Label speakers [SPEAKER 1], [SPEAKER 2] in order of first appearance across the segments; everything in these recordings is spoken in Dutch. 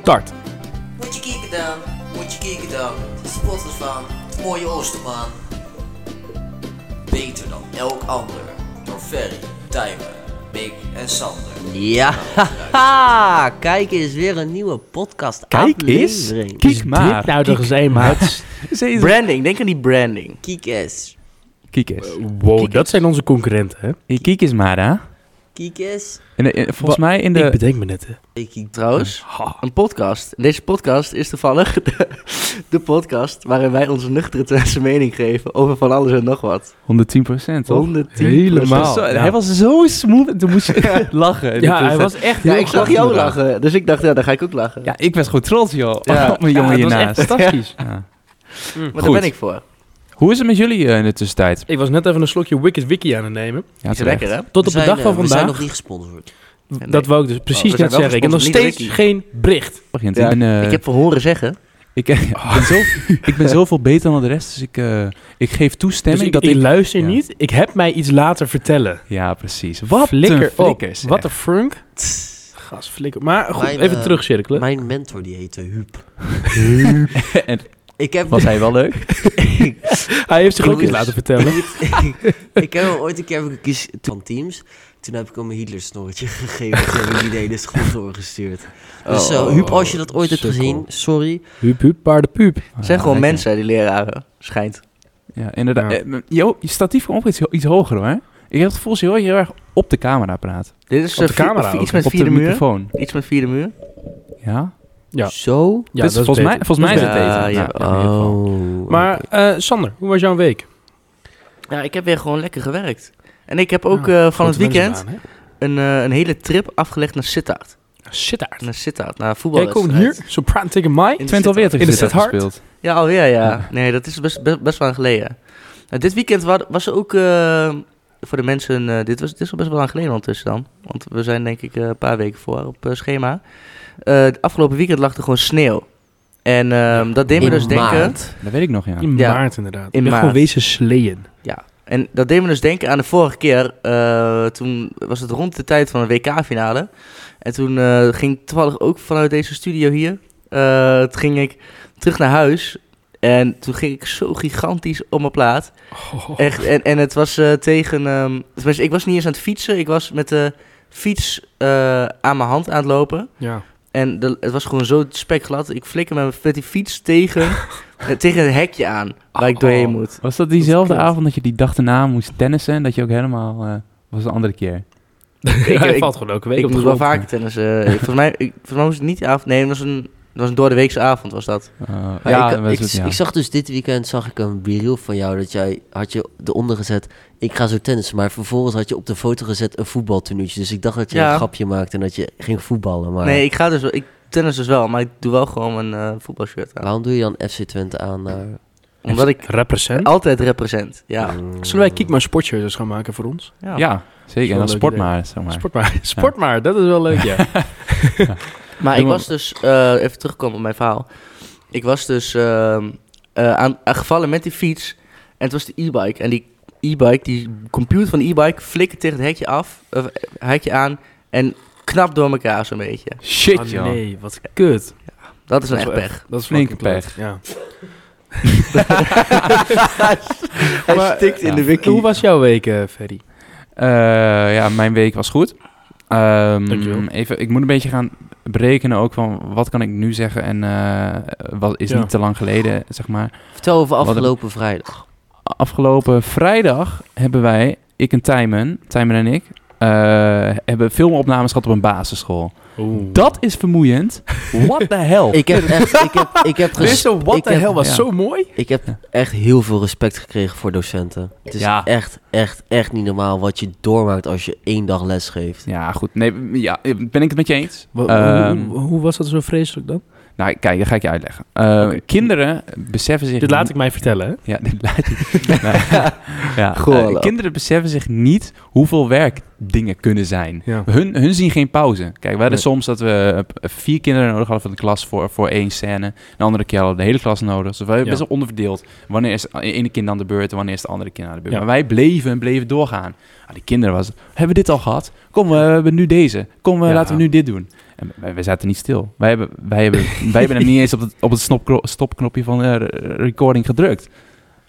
[SPEAKER 1] start.
[SPEAKER 2] Moet je kijken dan, moet je kijken dan. Spot ervan, het mooie Oosterman. Beter dan elk ander. Door Ferry, Tijmen, Mick en Sander.
[SPEAKER 3] Ja, haha, kijk eens weer een nieuwe podcast
[SPEAKER 1] Kijk eens.
[SPEAKER 3] aflevering.
[SPEAKER 1] Kiek
[SPEAKER 4] dit
[SPEAKER 1] maar.
[SPEAKER 4] nou toch eens eenmaal?
[SPEAKER 3] Branding, denk aan die branding. Kiek eens,
[SPEAKER 1] Kiek eens.
[SPEAKER 4] Wow, Oh, dat zijn onze concurrenten, hè?
[SPEAKER 1] Hey, Kiek eens maar, hè?
[SPEAKER 3] kiek eens.
[SPEAKER 1] En, eh, volgens mij in
[SPEAKER 4] Ik
[SPEAKER 1] de...
[SPEAKER 4] bedenk me net, hè?
[SPEAKER 3] Ik kiek trouwens een podcast. En Deze podcast is toevallig de, de podcast waarin wij onze nuchtere Twentse mening geven over van alles en nog wat.
[SPEAKER 1] 110 procent, toch?
[SPEAKER 3] 110
[SPEAKER 4] Helemaal.
[SPEAKER 1] Oh, Zo-
[SPEAKER 4] Ja.
[SPEAKER 1] Hij was zo smooth en toen moest je lachen.
[SPEAKER 4] Ja,
[SPEAKER 1] Dat is-
[SPEAKER 4] hij was echt
[SPEAKER 3] Ja,
[SPEAKER 4] heel
[SPEAKER 3] ik zag
[SPEAKER 4] grappig
[SPEAKER 3] jou
[SPEAKER 4] inderdaad.
[SPEAKER 3] lachen, dus ik dacht, ja, dan ga ik ook lachen.
[SPEAKER 1] Ja, ik was gewoon trots, joh.
[SPEAKER 3] Ja.
[SPEAKER 1] Op mijn
[SPEAKER 4] Ja,
[SPEAKER 1] jongen
[SPEAKER 4] dat was echt
[SPEAKER 1] hiernaast.
[SPEAKER 4] fantastisch.
[SPEAKER 1] Ja.
[SPEAKER 3] maar
[SPEAKER 1] goed.
[SPEAKER 3] daar ben ik voor.
[SPEAKER 1] Hoe is het met jullie eh, in de tussentijd?
[SPEAKER 4] Ik was net even een slokje Wicked Wiki aan het nemen.
[SPEAKER 1] Ja,
[SPEAKER 3] Is lekker, hè?
[SPEAKER 4] Tot op de dag van
[SPEAKER 5] We zijn nog
[SPEAKER 4] vandaag.
[SPEAKER 5] niet gesponsord.
[SPEAKER 4] Dat wou ik dus
[SPEAKER 3] we
[SPEAKER 4] precies
[SPEAKER 3] zijn
[SPEAKER 4] net
[SPEAKER 3] wel
[SPEAKER 4] zeggen. Ik heb nog
[SPEAKER 3] gesponsord, niet
[SPEAKER 4] steeds geen bericht.
[SPEAKER 1] Begint.
[SPEAKER 3] Ja,
[SPEAKER 1] ik, ben, eh,
[SPEAKER 3] ik heb verhoren zeggen.
[SPEAKER 1] ik, ik ben zo, ik ben zoveel beter dan de rest, dus ik, eh, ik geef
[SPEAKER 4] Dus
[SPEAKER 1] toestemming
[SPEAKER 4] ik,
[SPEAKER 1] dat
[SPEAKER 4] ik
[SPEAKER 1] ik...
[SPEAKER 4] luister
[SPEAKER 1] ja.
[SPEAKER 4] niet. Ik heb mij iets later vertellen.
[SPEAKER 1] Ja, precies. Wat
[SPEAKER 4] flikker
[SPEAKER 1] een flikkers.
[SPEAKER 4] op. Wat
[SPEAKER 1] echt.
[SPEAKER 4] een frunk. Gas, flikker. Maar goed,
[SPEAKER 5] Mijn,
[SPEAKER 4] even
[SPEAKER 5] eh,
[SPEAKER 4] terugcirkelen.
[SPEAKER 5] Mijn mentor die heette Huub.
[SPEAKER 1] En
[SPEAKER 5] Ik heb,
[SPEAKER 1] was hij wel leuk?
[SPEAKER 4] Hij heeft zich ook
[SPEAKER 5] Doe
[SPEAKER 4] iets
[SPEAKER 5] eens.
[SPEAKER 4] laten vertellen.
[SPEAKER 5] ik heb hem ooit een keer heb ik gekies van Teams. Toen heb ik hem een Hitler snorretje gegeven. Toen heb ik die de hele school doorgestuurd.
[SPEAKER 3] Oh,
[SPEAKER 5] Dus eh, Huub, als je dat ooit hebt
[SPEAKER 4] sukkel.
[SPEAKER 5] gezien, sorry.
[SPEAKER 4] Huub, huub, paardenpuub.
[SPEAKER 1] Ah,
[SPEAKER 3] zijn gewoon
[SPEAKER 1] lekker.
[SPEAKER 3] mensen, die leraren. Schijnt.
[SPEAKER 1] Ja, inderdaad.
[SPEAKER 4] Ja.
[SPEAKER 1] Eh, m- Jo, je statief komt op iets, iets hoger, hoor. Ik heb het gevoel dat je heel, heel erg op de camera praat.
[SPEAKER 3] Dit is
[SPEAKER 4] Op de
[SPEAKER 3] eh, vier-
[SPEAKER 4] camera
[SPEAKER 3] of
[SPEAKER 4] ook.
[SPEAKER 3] iets met
[SPEAKER 1] op de
[SPEAKER 3] vierde muur.
[SPEAKER 1] microfoon.
[SPEAKER 3] Iets met vierde muur.
[SPEAKER 1] Ja?
[SPEAKER 4] Ja.
[SPEAKER 3] Zo.
[SPEAKER 4] Ja,
[SPEAKER 1] Dit is volgens, mij,
[SPEAKER 4] beter.
[SPEAKER 1] volgens mij is
[SPEAKER 4] Dat
[SPEAKER 1] het
[SPEAKER 4] is
[SPEAKER 1] eten.
[SPEAKER 3] beter.
[SPEAKER 1] Nou,
[SPEAKER 3] Ja,
[SPEAKER 1] ja, in ieder geval.
[SPEAKER 4] Maar eh, Sander, hoe was jouw week?
[SPEAKER 3] Ja, ik heb weer gewoon lekker gewerkt. En ik heb ook
[SPEAKER 4] Ja,
[SPEAKER 3] eh, van het
[SPEAKER 4] Grote
[SPEAKER 3] weekend
[SPEAKER 4] mensenbaan,
[SPEAKER 3] een, eh, een hele trip afgelegd naar Sittard.
[SPEAKER 4] hè? Sittard.
[SPEAKER 3] Naar Sittard, naar voetbal.
[SPEAKER 4] Jij komt hier, zo praat tegen mij.
[SPEAKER 3] In
[SPEAKER 1] Twente alweer
[SPEAKER 4] In de
[SPEAKER 1] tegen Sittard
[SPEAKER 4] stad Hart.
[SPEAKER 1] gespeeld.
[SPEAKER 3] Ja, alweer ja. Nee, dat is best, best, best lang geleden. Nou, dit weekend wa- was er ook eh, voor de mensen... eh, dit, was, dit is al best wel lang geleden ondertussen dan. Want we zijn denk ik eh, een paar weken voor op eh, schema. Eh, het afgelopen weekend lag er gewoon sneeuw. En ehm, dat deed me
[SPEAKER 5] In
[SPEAKER 3] dus denken...
[SPEAKER 5] maart.
[SPEAKER 1] Dat weet ik nog, ja.
[SPEAKER 4] In
[SPEAKER 3] Ja.
[SPEAKER 4] maart inderdaad. Ik
[SPEAKER 3] In
[SPEAKER 4] ben
[SPEAKER 3] maart.
[SPEAKER 4] gewoon wezen sleeën.
[SPEAKER 3] En dat deed me dus denken aan de vorige keer. eh, toen was het rond de tijd van de WK-finale. En toen eh, ging ik toevallig ook vanuit deze studio hier. eh, toen ging ik terug naar huis. En toen ging ik zo gigantisch op mijn plaat.
[SPEAKER 4] Oh. Eh,
[SPEAKER 3] Echt, en, en het was eh, tegen... ehm, tenminste, ik was niet eens aan het fietsen. Ik was met de fiets eh, aan mijn hand aan het lopen.
[SPEAKER 4] Ja.
[SPEAKER 3] En de- het was gewoon zo spekglad. Ik flikker met, mijn- met die fiets tegen, eh, tegen een hekje aan. Waar ik doorheen
[SPEAKER 4] Oh.
[SPEAKER 3] moet.
[SPEAKER 1] Was dat diezelfde
[SPEAKER 3] Dat is kut.
[SPEAKER 1] avond dat je die dag daarna moest tennissen en dat je ook helemaal... eh, was de andere keer.
[SPEAKER 3] Ik-
[SPEAKER 4] Hij
[SPEAKER 3] ik-
[SPEAKER 4] valt gewoon elke week
[SPEAKER 3] Ik
[SPEAKER 4] op de
[SPEAKER 3] moet wel
[SPEAKER 4] grond.
[SPEAKER 3] vaker tennis. eh, volgens, mij, ik, volgens mij was het niet de avond. Nee, het was een, het was een doordeweekse avond was dat.
[SPEAKER 1] Eh,
[SPEAKER 5] Maar
[SPEAKER 1] ja,
[SPEAKER 5] ik,
[SPEAKER 1] dat was
[SPEAKER 5] ik,
[SPEAKER 1] het, ja.
[SPEAKER 5] ik zag dus dit weekend zag ik een reel van jou dat jij had je eronder gezet. Ik ga zo tennissen, maar vervolgens had je op de foto gezet een voetbaltenuutje. Dus ik dacht dat je
[SPEAKER 3] Ja.
[SPEAKER 5] een grapje maakte en dat je ging voetballen. Maar
[SPEAKER 3] Nee, ik ga dus wel. Ik tennis dus wel, maar ik doe wel gewoon een eh, voetbalshirt aan.
[SPEAKER 5] waarom doe je dan FC Twente aan? Naar...
[SPEAKER 3] Omdat ik Oh.
[SPEAKER 4] Represent.
[SPEAKER 3] altijd represent. Ja.
[SPEAKER 5] Mm.
[SPEAKER 4] Zullen wij Kiek maar sportshirts gaan maken voor ons?
[SPEAKER 3] ja.
[SPEAKER 1] Ja, zeker. En
[SPEAKER 4] Zo'n
[SPEAKER 1] dan
[SPEAKER 4] leuk
[SPEAKER 1] sport
[SPEAKER 4] idee.
[SPEAKER 1] maar, zeg maar.
[SPEAKER 4] Sport maar. Sport maar, dat is wel leuk, ja.
[SPEAKER 3] Maar
[SPEAKER 1] Doe maar.
[SPEAKER 3] ik was dus, eh, even terugkomen op mijn verhaal. Ik was dus ehm, eh, aan, aan gevallen met die fiets. En het was de e-bike. En die e-bike, die computer van de e-bike, flikkert tegen het hekje af, of, eh, hekje aan. En knap door elkaar zo'n beetje.
[SPEAKER 1] Shit,
[SPEAKER 4] Ah,
[SPEAKER 1] joh.
[SPEAKER 4] nee, wat kut.
[SPEAKER 3] Dat is een
[SPEAKER 4] Dat
[SPEAKER 3] echt
[SPEAKER 4] wel
[SPEAKER 3] pech.
[SPEAKER 4] Dat is
[SPEAKER 1] Flinke
[SPEAKER 4] fucking kut,
[SPEAKER 1] pech.
[SPEAKER 4] Ja.
[SPEAKER 3] Hij
[SPEAKER 4] Maar,
[SPEAKER 3] stikt in
[SPEAKER 1] ja.
[SPEAKER 3] de wiki.
[SPEAKER 4] Hoe was jouw week, eh, Ferry?
[SPEAKER 1] Eh, ja, mijn week was goed. Ehm,
[SPEAKER 4] Dankjewel.
[SPEAKER 1] even, ik moet een beetje gaan berekenen ook van wat kan ik nu zeggen en eh, wat is
[SPEAKER 4] Ja.
[SPEAKER 1] niet te lang geleden, zeg maar.
[SPEAKER 5] Vertel over
[SPEAKER 1] Wat een-
[SPEAKER 5] afgelopen vrijdag.
[SPEAKER 1] Afgelopen vrijdag hebben wij, ik en Tijmen, Tijmen en ik, eh, hebben filmopnames gehad op een basisschool. Dat is vermoeiend. What the hell?
[SPEAKER 5] Oh. Ik heb echt, ik heb, ik heb, ges-
[SPEAKER 4] Deze what
[SPEAKER 5] ik
[SPEAKER 4] the
[SPEAKER 5] heb-
[SPEAKER 4] hell was
[SPEAKER 1] ja.
[SPEAKER 4] zo mooi.
[SPEAKER 5] ik heb echt heel veel respect gekregen voor docenten. Het is
[SPEAKER 1] Ja.
[SPEAKER 5] echt, echt, echt niet normaal wat je doormaakt als je één dag les geeft.
[SPEAKER 1] Ja, goed. Nee, ja, ben ik het met je eens?
[SPEAKER 4] Wa-
[SPEAKER 1] Ehm,
[SPEAKER 4] hoe, hoe was dat zo vreselijk dan?
[SPEAKER 1] nou, kijk, dat ga ik je uitleggen. Eh, Kinderen beseffen zich...
[SPEAKER 4] Dit laat ik mij vertellen, hè?
[SPEAKER 1] Ja, dit laat ik. Nee. ja.
[SPEAKER 3] Goh,
[SPEAKER 1] eh,
[SPEAKER 3] hallo.
[SPEAKER 1] kinderen beseffen zich niet hoeveel werk dingen kunnen zijn.
[SPEAKER 4] Ja.
[SPEAKER 1] Hun, hun zien geen pauze. Kijk, we hadden
[SPEAKER 4] Nee.
[SPEAKER 1] soms dat we eh, vier kinderen nodig hadden van de klas voor, voor één scène. De andere keer hadden we de hele klas nodig. Dus we hebben
[SPEAKER 4] Ja.
[SPEAKER 1] best wel onderverdeeld. Wanneer is de ene kind aan de beurt en wanneer is de andere kind aan de beurt.
[SPEAKER 4] Ja.
[SPEAKER 1] Maar wij bleven en bleven doorgaan. Ah, die kinderen was, hebben we dit al gehad? Kom, we hebben nu deze. Kom, eh,
[SPEAKER 4] Ja.
[SPEAKER 1] laten we nu dit doen. En En wij, wij zaten niet stil. Wij hebben, wij hebben, wij hebben hem niet eens op het, op het snopkro- stopknopje van eh, recording gedrukt.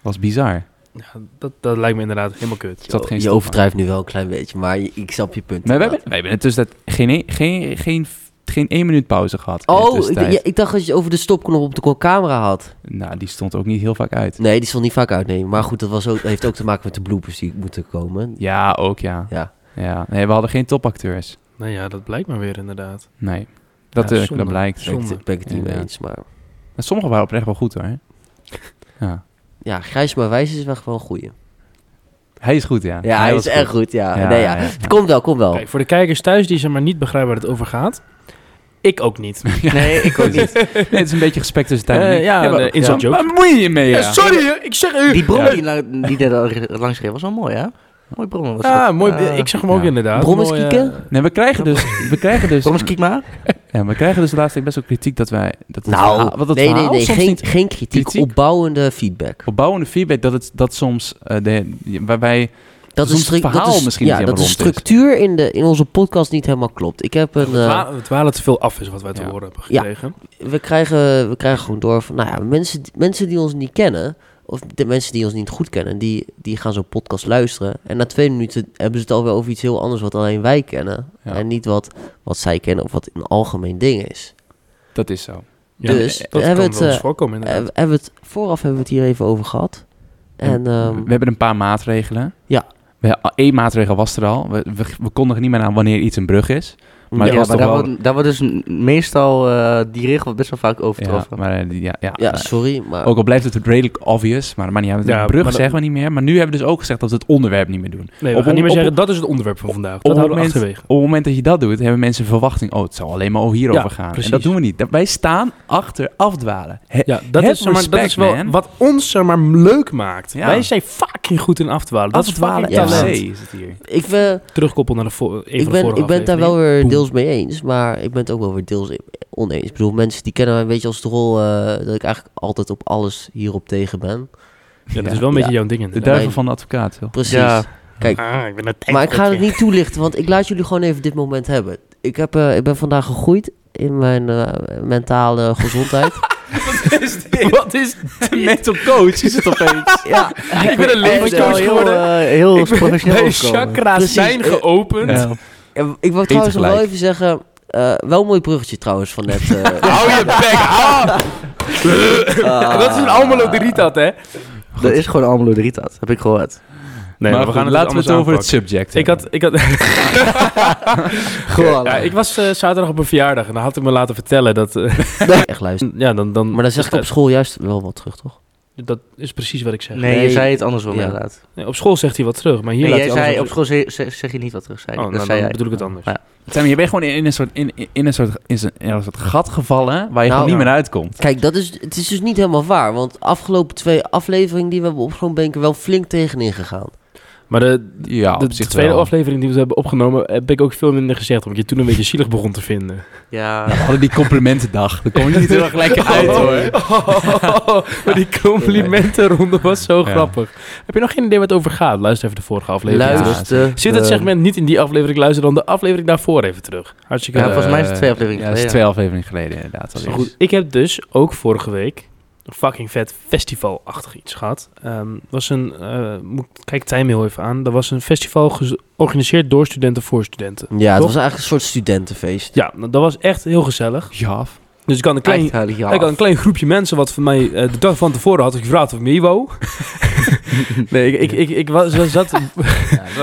[SPEAKER 1] was bizar. Er
[SPEAKER 4] Ja, dat, dat lijkt me inderdaad helemaal kut.
[SPEAKER 1] zat geen
[SPEAKER 5] je
[SPEAKER 1] stop aan.
[SPEAKER 5] overdrijft nu wel een klein beetje, maar je- ik snap je punt.
[SPEAKER 1] Maar we hebben,
[SPEAKER 5] inderdaad.
[SPEAKER 1] we hebben in de tussentijd geen, één- geen, geen, geen één minuut pauze gehad. in de
[SPEAKER 5] Oh, ik,
[SPEAKER 1] tussentijd.
[SPEAKER 5] ja, ik dacht dat je het over de stopknop op de camera had.
[SPEAKER 1] Nou, die stond ook niet heel vaak uit.
[SPEAKER 5] Nee, die zal niet vaak uitnemen. Maar goed, dat was ook, heeft ook te maken met de bloepers die moeten komen.
[SPEAKER 1] Ja, ook ja.
[SPEAKER 5] Ja.
[SPEAKER 1] ja. Nee, we hadden geen topacteurs.
[SPEAKER 4] Nou ja, dat blijkt maar weer inderdaad.
[SPEAKER 1] Nee, dat,
[SPEAKER 4] Ja,
[SPEAKER 1] eh,
[SPEAKER 4] zonde.
[SPEAKER 1] dat blijkt.
[SPEAKER 5] Ben ik,
[SPEAKER 4] Zonde.
[SPEAKER 5] het- ben ik het niet mee
[SPEAKER 1] Ja.
[SPEAKER 5] eens, maar...
[SPEAKER 1] Maar Sommige waren oprecht wel goed hoor. Ja.
[SPEAKER 5] Ja, Grijs maar Wijs is wel gewoon een goeie.
[SPEAKER 1] Hij is goed, ja.
[SPEAKER 5] Ja, hij
[SPEAKER 1] was
[SPEAKER 5] is erg goed, ja.
[SPEAKER 1] Ja,
[SPEAKER 5] nee, ja.
[SPEAKER 1] ja, ja.
[SPEAKER 5] Het komt wel, komt wel.
[SPEAKER 4] Kijk, voor de kijkers thuis die ze maar niet begrijpen waar het over gaat. Ik ook niet.
[SPEAKER 5] Nee, ik ook niet.
[SPEAKER 1] Nee, het is een beetje gesprek tussen tijd en
[SPEAKER 4] Eh,
[SPEAKER 1] ik.
[SPEAKER 4] ja,
[SPEAKER 1] maar,
[SPEAKER 4] een, eh, inside joke.
[SPEAKER 1] Waar bemoei je je mee? Ja?
[SPEAKER 4] Eh, sorry, ik zeg u.
[SPEAKER 3] Die bron
[SPEAKER 1] Ja.
[SPEAKER 3] die, la- die net al langs reed was wel mooi, hè? Mooi bron was
[SPEAKER 4] Ja,
[SPEAKER 3] dat.
[SPEAKER 4] Ah, mooi.
[SPEAKER 3] Eh,
[SPEAKER 4] ik zeg hem ook
[SPEAKER 1] ja.
[SPEAKER 4] inderdaad.
[SPEAKER 5] Brommers
[SPEAKER 4] Mooi, eh,
[SPEAKER 5] kieken?
[SPEAKER 1] Nee, we krijgen dus... We krijgen dus,
[SPEAKER 3] Bron is kiek maar.
[SPEAKER 1] ja, we krijgen dus de laatste tijd best wel kritiek dat wij... Dat het verhaal-
[SPEAKER 5] Nou,
[SPEAKER 1] wat het
[SPEAKER 5] nee, nee,
[SPEAKER 1] verhaal
[SPEAKER 5] nee.
[SPEAKER 1] soms
[SPEAKER 5] Geen,
[SPEAKER 1] niet
[SPEAKER 5] geen kritiek,
[SPEAKER 1] kritiek?
[SPEAKER 5] opbouwende feedback.
[SPEAKER 1] opbouwende feedback dat het dat soms eh, de, waarbij
[SPEAKER 5] Dat
[SPEAKER 1] Soms
[SPEAKER 5] is stru-
[SPEAKER 1] het verhaal
[SPEAKER 5] dat is,
[SPEAKER 1] misschien
[SPEAKER 5] ja,
[SPEAKER 1] niet
[SPEAKER 5] dat de
[SPEAKER 1] helemaal rond is.
[SPEAKER 5] structuur in, de, in onze podcast niet helemaal klopt. Ik heb een...
[SPEAKER 4] we,
[SPEAKER 5] eh,
[SPEAKER 4] dwa- we dwalen te veel af is wat wij te
[SPEAKER 1] Ja.
[SPEAKER 4] horen hebben
[SPEAKER 5] Ja.
[SPEAKER 4] gekregen.
[SPEAKER 5] we krijgen, we krijgen gewoon door van, nou ja, mensen, mensen die ons niet kennen, of de mensen die ons niet goed kennen, die, die gaan zo'n podcast luisteren. En na twee minuten hebben ze het alweer over iets heel anders wat alleen wij kennen.
[SPEAKER 1] Ja.
[SPEAKER 5] En niet wat, wat zij kennen of wat een algemeen ding is.
[SPEAKER 1] dat is zo.
[SPEAKER 5] Dus,
[SPEAKER 4] dat
[SPEAKER 5] we
[SPEAKER 4] kan
[SPEAKER 5] hebben
[SPEAKER 4] wel
[SPEAKER 5] het,
[SPEAKER 4] eens
[SPEAKER 5] eh,
[SPEAKER 4] voorkomen
[SPEAKER 5] Eh,
[SPEAKER 4] inderdaad.
[SPEAKER 5] we hebben het, vooraf hebben we het hier even over gehad. En, ehm,
[SPEAKER 1] we hebben een paar maatregelen.
[SPEAKER 5] Ja.
[SPEAKER 1] We, één maatregel was er al. We, we, we kondigen niet meer aan wanneer iets een brug is. Maar
[SPEAKER 5] ja,
[SPEAKER 1] dat was
[SPEAKER 3] Ja, maar
[SPEAKER 1] toch
[SPEAKER 3] daar
[SPEAKER 1] wel-
[SPEAKER 3] wordt, daar wordt dus m- meestal eh, die regel wordt best wel vaak
[SPEAKER 1] Ja,
[SPEAKER 3] overtroffen.
[SPEAKER 1] maar eh, die- ja, ja,
[SPEAKER 5] ja,
[SPEAKER 1] eh,
[SPEAKER 5] sorry, maar...
[SPEAKER 1] ook al blijft het redelijk obvious, maar, maar niet, uit.
[SPEAKER 4] Ja,
[SPEAKER 1] de brug
[SPEAKER 4] maar dat-
[SPEAKER 1] zeggen we niet meer. Maar nu hebben we dus ook gezegd dat we het onderwerp niet meer doen.
[SPEAKER 4] nee, we
[SPEAKER 1] op-
[SPEAKER 4] gaan niet meer
[SPEAKER 1] op-
[SPEAKER 4] zeggen, dat is het onderwerp van vandaag.
[SPEAKER 1] op
[SPEAKER 4] Dat houden we
[SPEAKER 1] moment-
[SPEAKER 4] achterwege.
[SPEAKER 1] Op het moment dat je dat doet, hebben mensen een verwachting. Oh, het zal alleen maar hierover
[SPEAKER 4] Ja,
[SPEAKER 1] gaan.
[SPEAKER 4] precies.
[SPEAKER 1] En dat doen we niet. Dat- Wij staan achter afdwalen. He-
[SPEAKER 4] Ja, dat,
[SPEAKER 5] eh,
[SPEAKER 1] Have
[SPEAKER 4] is, zeg maar, dat
[SPEAKER 1] respect,
[SPEAKER 4] is wel
[SPEAKER 1] man.
[SPEAKER 4] wat ons zeg maar, leuk maakt.
[SPEAKER 1] Ja.
[SPEAKER 4] Wij zijn fucking goed in afdwalen. Dat
[SPEAKER 1] afdwalen
[SPEAKER 4] is fucking
[SPEAKER 5] ja.
[SPEAKER 4] talent.
[SPEAKER 1] FC is het hier.
[SPEAKER 5] ik ben,
[SPEAKER 4] Terugkoppel naar de vo- een
[SPEAKER 5] ik
[SPEAKER 4] van de
[SPEAKER 5] ben,
[SPEAKER 4] vorige
[SPEAKER 5] ik ben het daar wel
[SPEAKER 4] afleveringen.
[SPEAKER 5] weer
[SPEAKER 4] Boem.
[SPEAKER 5] deels mee eens, maar ik ben het ook wel weer deels oneens. Ik bedoel, mensen die kennen mij een beetje als de rol eh, dat ik eigenlijk altijd op alles hierop tegen ben.
[SPEAKER 4] Ja, dat
[SPEAKER 1] Ja.
[SPEAKER 4] is wel een beetje
[SPEAKER 5] Ja.
[SPEAKER 4] jouw ding
[SPEAKER 1] De
[SPEAKER 4] inderdaad.
[SPEAKER 1] duivel
[SPEAKER 5] Mijn-
[SPEAKER 1] van de advocaat. joh.
[SPEAKER 5] Precies.
[SPEAKER 3] Ja.
[SPEAKER 4] Ah, ik ben het
[SPEAKER 5] Maar ik ga het niet toelichten, want ik laat jullie gewoon even dit moment hebben. Ik, heb, eh, ik ben vandaag gegroeid in mijn eh, mentale gezondheid.
[SPEAKER 1] Wat is dit? Mental coach is het opeens.
[SPEAKER 5] ja,
[SPEAKER 4] Ik ben een
[SPEAKER 3] Ik
[SPEAKER 5] Even
[SPEAKER 3] word
[SPEAKER 5] zo
[SPEAKER 3] wel
[SPEAKER 4] levenscoach
[SPEAKER 3] heel,
[SPEAKER 4] geworden.
[SPEAKER 3] eh, heel
[SPEAKER 4] Ik ben-
[SPEAKER 3] professioneel
[SPEAKER 4] Mijn
[SPEAKER 3] overkomen.
[SPEAKER 4] chakra's
[SPEAKER 5] Precies.
[SPEAKER 4] zijn
[SPEAKER 5] Eh,
[SPEAKER 4] geopend.
[SPEAKER 5] Ja, ik wil trouwens nog wel
[SPEAKER 1] tegelijk.
[SPEAKER 5] even zeggen, eh, wel een mooi bruggetje trouwens van net. eh.
[SPEAKER 4] Hou je bek, ah! Dat is een Almelo de Rietat, hè?
[SPEAKER 3] Dat is gewoon Almelo de Riet dat. Heb ik gehoord.
[SPEAKER 4] Nee,
[SPEAKER 1] maar goed, laten we het over het subject
[SPEAKER 4] Ik had, ik had,
[SPEAKER 3] Gewoon.
[SPEAKER 4] ja, ik was eh, zaterdag op een verjaardag en dan had ik me laten vertellen dat, eh,
[SPEAKER 5] echt luisteren.
[SPEAKER 4] ja, dan, dan,
[SPEAKER 5] Maar dan zeg ik op school juist wel wat terug, toch?
[SPEAKER 4] dat is precies wat ik zeg.
[SPEAKER 3] Nee, je
[SPEAKER 5] Nee.
[SPEAKER 3] zei het andersom
[SPEAKER 5] Ja.
[SPEAKER 3] inderdaad.
[SPEAKER 4] Nee, op school zegt hij wat terug, maar hier
[SPEAKER 3] Nee,
[SPEAKER 4] laat
[SPEAKER 3] jij
[SPEAKER 4] hij alles
[SPEAKER 3] zei op school ze- ze- zeg je niet wat terug. Zei.
[SPEAKER 4] Oh,
[SPEAKER 3] dat
[SPEAKER 4] nou,
[SPEAKER 3] zei
[SPEAKER 4] dan
[SPEAKER 3] jij.
[SPEAKER 4] bedoel ik het anders.
[SPEAKER 3] Ja.
[SPEAKER 1] Sam, je bent gewoon in een soort, in, in een soort, in een, in een soort gat gevallen waar je gewoon niet
[SPEAKER 5] ja.
[SPEAKER 1] meer uitkomt.
[SPEAKER 5] Kijk, dat is, het is dus niet helemaal waar. Want de afgelopen twee afleveringen die we hebben opgenomen, ben ik er wel flink tegenin gegaan.
[SPEAKER 4] Maar de,
[SPEAKER 1] Ja,
[SPEAKER 3] Ah,
[SPEAKER 4] de,
[SPEAKER 1] op zich
[SPEAKER 4] tweede
[SPEAKER 1] wel.
[SPEAKER 4] aflevering die we hebben opgenomen, heb ik ook veel minder gezegd, omdat je toen een beetje zielig begon te vinden.
[SPEAKER 3] Ja.
[SPEAKER 1] We hadden die complimentendag. Daar kom je niet heel erg lekker uit hoor.
[SPEAKER 4] Oh. maar die complimentenronde was zo
[SPEAKER 1] Ja.
[SPEAKER 4] grappig. Heb je nog geen idee wat het over gaat? Luister even de vorige aflevering.
[SPEAKER 1] Luister. eh,
[SPEAKER 4] terug.
[SPEAKER 3] Luister.
[SPEAKER 4] Zit het segment niet in die aflevering, luister dan de aflevering daarvoor even terug. Hartstikke
[SPEAKER 3] Ja,
[SPEAKER 4] leuk.
[SPEAKER 3] volgens mij is het twee
[SPEAKER 1] Eh,
[SPEAKER 3] afleveringen
[SPEAKER 1] Ja, dat is
[SPEAKER 3] geleden.
[SPEAKER 1] twee afleveringen geleden inderdaad.
[SPEAKER 4] Maar goed, ik heb dus ook vorige week een fucking vet festivalachtig iets gehad. Ehm, was een, eh, moet, kijk Tijm heel even aan. Dat was een festival gez- georganiseerd door studenten voor studenten.
[SPEAKER 5] Ja, het
[SPEAKER 4] Toch?
[SPEAKER 5] was eigenlijk een soort studentenfeest.
[SPEAKER 4] Ja, nou, dat was echt heel gezellig.
[SPEAKER 1] Ja,
[SPEAKER 4] Dus ik had een klein,
[SPEAKER 3] Echt, huilie, ja.
[SPEAKER 4] ik had een klein groepje mensen wat van mij eh, de dag van tevoren had ik gevraagd of ik mee wou. nee, ik, ik, ik, ik was, was- zat
[SPEAKER 1] sorry,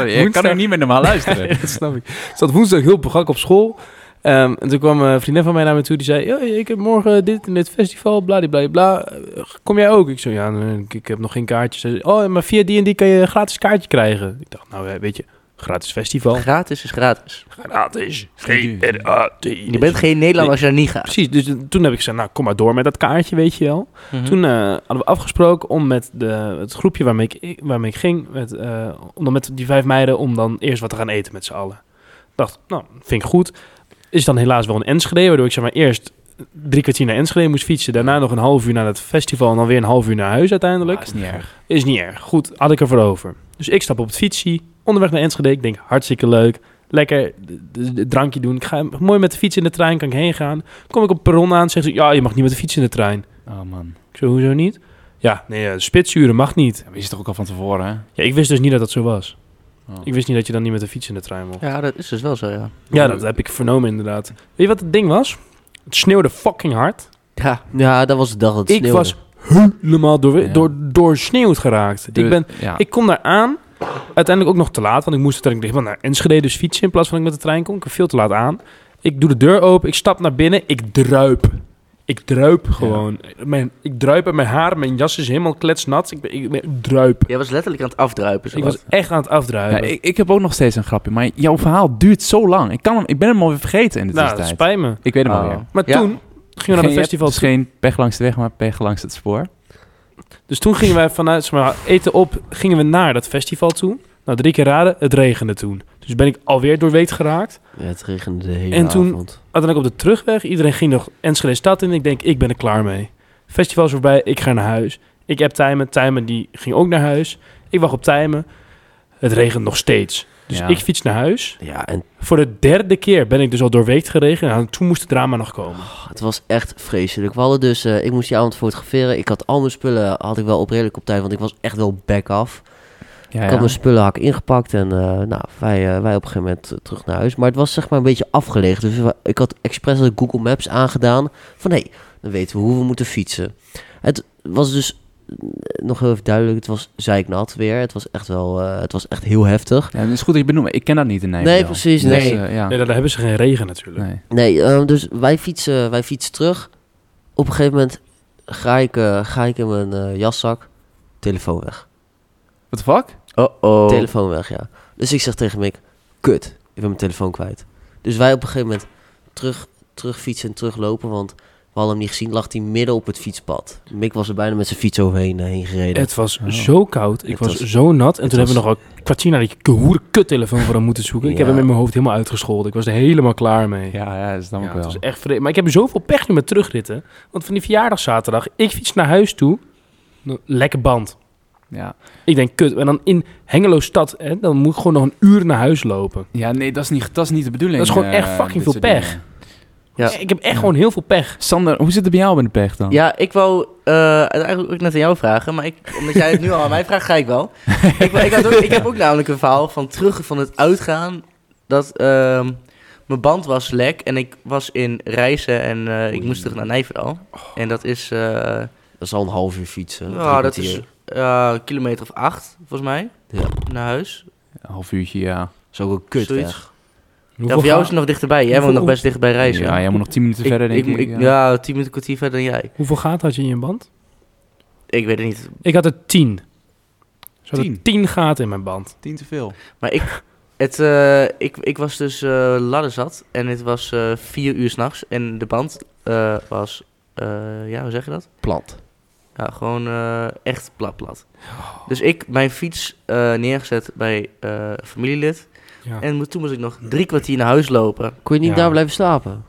[SPEAKER 1] ik kan
[SPEAKER 4] Woensdag-
[SPEAKER 1] ook niet meer normaal luisteren.
[SPEAKER 4] Ja, dat snap ik. Ik zat woensdag heel begrak op school. Ehm, en toen kwam een vriendin van mij naar me toe. Die zei, "Ja, ik heb morgen dit en dit festival, bladibladibla. Eh, Kom jij ook? Ik zei, ja, nee, ik, ik heb nog geen kaartje. Ze zei, oh, maar via die en die kan je een gratis kaartje krijgen. Ik dacht, nou, eh, weet je, gratis festival.
[SPEAKER 3] Gratis is gratis.
[SPEAKER 4] Gratis.
[SPEAKER 3] Je bent geen Nederlander als je daar niet gaat.
[SPEAKER 4] Precies, dus eh, toen heb ik gezegd, nou, kom maar door met dat kaartje, weet je wel.
[SPEAKER 3] Hm?
[SPEAKER 4] Toen eh, hadden we afgesproken om met de, het groepje waarmee ik- ik, waarmee ik ging, met, eh, om dan met die vijf meiden, om dan eerst wat te gaan eten met z'n allen. Ik dacht, nou, vind ik goed. Is dan helaas wel een Enschede, waardoor ik zeg maar eerst drie kwartier naar Enschede moest fietsen, daarna nog een half uur naar het festival en dan weer een half uur naar huis uiteindelijk.
[SPEAKER 1] Dat is niet erg.
[SPEAKER 4] Is niet erg. Goed, had ik er voor over. Dus ik stap op het fietsie, onderweg naar Enschede. Ik denk, hartstikke leuk. lekker d- d- d- drankje doen. Ik ga mooi met de fiets in de trein, kan ik heen gaan. Kom ik op het perron aan, zeggen ze, ja, je mag niet met de fiets in de trein.
[SPEAKER 1] Oh man.
[SPEAKER 4] Ik zo, hoezo niet? Ja, nee, eh, spitsuren mag niet.
[SPEAKER 1] Ja, maar je zit toch ook al van tevoren, hè?
[SPEAKER 4] Ja, ik wist dus niet dat dat zo was.
[SPEAKER 1] Oh.
[SPEAKER 4] Ik wist niet dat je dan niet met de fiets in de trein mocht.
[SPEAKER 3] Ja, dat is dus wel zo, ja.
[SPEAKER 4] Ja, dat heb ik vernomen inderdaad. Weet je wat het ding was? Het sneeuwde fucking hard.
[SPEAKER 3] Ja,
[SPEAKER 5] Ja, dat was de dag dat het
[SPEAKER 4] ik
[SPEAKER 5] sneeuwde.
[SPEAKER 4] was helemaal door,
[SPEAKER 1] Ja.
[SPEAKER 4] door, doorsneeuwd geraakt.
[SPEAKER 1] Dus-
[SPEAKER 4] ik, ben,
[SPEAKER 1] ja.
[SPEAKER 4] ik kom daar aan. Uiteindelijk ook nog te laat, want ik moest uiteindelijk helemaal naar Enschede dus fietsen in plaats van dat ik met de trein kon. Ik kwam veel te laat aan. Ik doe de deur open, ik stap naar binnen, ik druip. Ik druip gewoon. Mijn, ik druip en mijn haar, mijn jas is helemaal kletsnat. Ik, ben, ik, ben- ik druip.
[SPEAKER 3] jij was letterlijk aan het afdruipen.
[SPEAKER 4] ik
[SPEAKER 3] zowat.
[SPEAKER 4] was echt aan het
[SPEAKER 1] Ja,
[SPEAKER 4] afdruipen.
[SPEAKER 1] ik, ik heb ook nog steeds een grapje, maar jouw verhaal duurt zo lang. Ik, kan hem, ik ben hem alweer vergeten in de
[SPEAKER 4] nou, dat
[SPEAKER 1] tussentijd.
[SPEAKER 4] spijt me.
[SPEAKER 1] Ik weet hem
[SPEAKER 3] Oh.
[SPEAKER 1] alweer.
[SPEAKER 4] Maar
[SPEAKER 3] Ja.
[SPEAKER 4] toen gingen we naar
[SPEAKER 1] Geen-
[SPEAKER 4] het festival.
[SPEAKER 1] Het is geen pech langs de weg, maar pech langs het spoor.
[SPEAKER 4] Dus toen gingen wij vanuit zeg maar, eten op, gingen we naar dat festival toe. Nou, drie keer raden, het regende toen. Dus ben ik alweer doorweekt geraakt.
[SPEAKER 5] Ja, het regende de hele
[SPEAKER 4] En toen-
[SPEAKER 5] avond.
[SPEAKER 4] Uiteindelijk op de terugweg, iedereen ging nog Enschede stad in. Ik denk, ik ben er klaar mee. Festival is voorbij, ik ga naar huis. Ik heb Tijmen, Tijmen die ging ook naar huis. Ik wacht op Tijmen. Het regent nog steeds. Dus
[SPEAKER 1] Ja.
[SPEAKER 4] ik fiets naar huis.
[SPEAKER 5] Ja, en
[SPEAKER 4] Voor de derde keer ben ik dus al doorweekt geregend. En toen moest het drama nog komen.
[SPEAKER 1] Ah.
[SPEAKER 5] pff, Ah, het was echt vreselijk. We hadden dus, eh, ik moest die avond fotograferen. Ik had al mijn spullen, had ik wel op redelijk op tijd, want ik was echt wel back af.
[SPEAKER 1] Ja,
[SPEAKER 5] Ik
[SPEAKER 1] ja.
[SPEAKER 5] had mijn spullenhak ingepakt en eh, nou, wij, eh, wij op een gegeven moment eh, terug naar huis. Maar het was zeg maar een beetje afgelegen. Dus we- ik had expres had ik Google Maps aangedaan. Van hé, dan weten we hoe we moeten fietsen. Het was dus, eh, nog heel even duidelijk, het was zeiknat weer. Het was echt wel, eh, het was echt heel heftig.
[SPEAKER 1] Ja, het is goed dat je benoemt. Ik ken dat niet in Nederland.
[SPEAKER 5] Nee, precies,
[SPEAKER 1] Dus,
[SPEAKER 5] nee.
[SPEAKER 1] eh, ja.
[SPEAKER 4] Nee, daar hebben ze geen regen natuurlijk.
[SPEAKER 1] Nee.
[SPEAKER 5] Nee, ehm, dus wij fietsen, wij fietsen terug. Op een gegeven moment ga ik, eh, ga ik in mijn eh, jaszak. Telefoon weg.
[SPEAKER 1] What the fuck?
[SPEAKER 3] Oh-oh.
[SPEAKER 5] Oh. Telefoon weg, ja. Dus ik zeg tegen Mick, kut, ik ben mijn telefoon kwijt. Dus wij op een gegeven moment terug, terugfietsen en teruglopen, want we hadden hem niet gezien. Lag hij midden op het fietspad. Mick was er bijna met zijn fiets overheen eh, heen gereden.
[SPEAKER 4] Het was
[SPEAKER 1] Oh.
[SPEAKER 4] zo koud. Ik
[SPEAKER 5] Het
[SPEAKER 4] was,
[SPEAKER 5] was-
[SPEAKER 4] zo nat. En
[SPEAKER 5] het
[SPEAKER 4] toen hebben we
[SPEAKER 5] was-
[SPEAKER 4] nog een kwartier naar die hoere kuttelefoon voor hem moeten zoeken. Ik heb
[SPEAKER 5] Ja.
[SPEAKER 4] hem in mijn hoofd helemaal uitgescholden. Ik was er helemaal klaar mee.
[SPEAKER 1] Ja, ja, dat is dan
[SPEAKER 4] Ja,
[SPEAKER 1] ook
[SPEAKER 4] het
[SPEAKER 1] wel.
[SPEAKER 4] was echt vreemd. Maar ik heb zoveel pech nu met terugritten. Want van die verjaardag zaterdag, ik fiets naar huis toe. Nou, Lekker band.
[SPEAKER 1] Ja.
[SPEAKER 4] Ik denk, kut. En dan in Hengelo stad, hè, dan moet ik gewoon nog een uur naar huis lopen.
[SPEAKER 1] ja, nee, dat is, niet, dat is niet de bedoeling.
[SPEAKER 4] Dat is gewoon
[SPEAKER 1] eh,
[SPEAKER 4] echt fucking
[SPEAKER 1] dit
[SPEAKER 4] veel
[SPEAKER 1] soort
[SPEAKER 4] pech.
[SPEAKER 1] dingen.
[SPEAKER 3] Ja.
[SPEAKER 4] Ik heb echt
[SPEAKER 1] Ja.
[SPEAKER 4] gewoon heel veel pech.
[SPEAKER 1] Sander, hoe zit het bij jou met de pech dan?
[SPEAKER 3] Ja, ik wou eh, eigenlijk ook net aan jou vragen, maar ik, omdat jij het nu al aan mij vraagt, ga ik wel. ik, wou- ik, had ook, ik heb ook namelijk een verhaal van terug van het uitgaan dat ehm, mijn band was lek en ik was in reizen en eh, ik
[SPEAKER 1] Oei. Oh.
[SPEAKER 3] moest terug naar Nijverdal. En dat is, eh
[SPEAKER 5] Dat is al een half uur fietsen.
[SPEAKER 3] nou,
[SPEAKER 5] drie
[SPEAKER 3] dat
[SPEAKER 5] kwartier.
[SPEAKER 3] is eh, een kilometer of acht, volgens mij,
[SPEAKER 5] Ja.
[SPEAKER 3] naar huis.
[SPEAKER 1] Een half uurtje, ja.
[SPEAKER 5] Dat is ook een kut
[SPEAKER 3] Zoiets.
[SPEAKER 5] weg.
[SPEAKER 3] Ja, voor jou is het nog dichterbij, jij woont nog
[SPEAKER 4] hoeveel-
[SPEAKER 3] best dicht bij reizen.
[SPEAKER 1] Ja, jij moet nog tien minuten verder, denk ik. ja.
[SPEAKER 3] ja, tien minuten kwartier verder dan jij.
[SPEAKER 4] Hoeveel gaat had je in je band?
[SPEAKER 3] Ik weet het niet.
[SPEAKER 4] Ik had er tien. Zo had
[SPEAKER 1] Tien?
[SPEAKER 4] er tien gaten in mijn band.
[SPEAKER 1] Tien te veel.
[SPEAKER 3] Maar ik, het, eh, ik, ik was dus eh ladder zat en het was eh, vier uur s'nachts en de band eh, was, eh, ja, hoe zeg je dat?
[SPEAKER 5] Plat.
[SPEAKER 3] Ja, gewoon eh, echt plat plat. Dus ik mijn fiets eh, neergezet bij eh, een familielid
[SPEAKER 4] Ja.
[SPEAKER 3] en mo- toen moest ik nog drie kwartier naar huis lopen.
[SPEAKER 5] Kon je niet
[SPEAKER 4] Ja.
[SPEAKER 5] daar blijven slapen?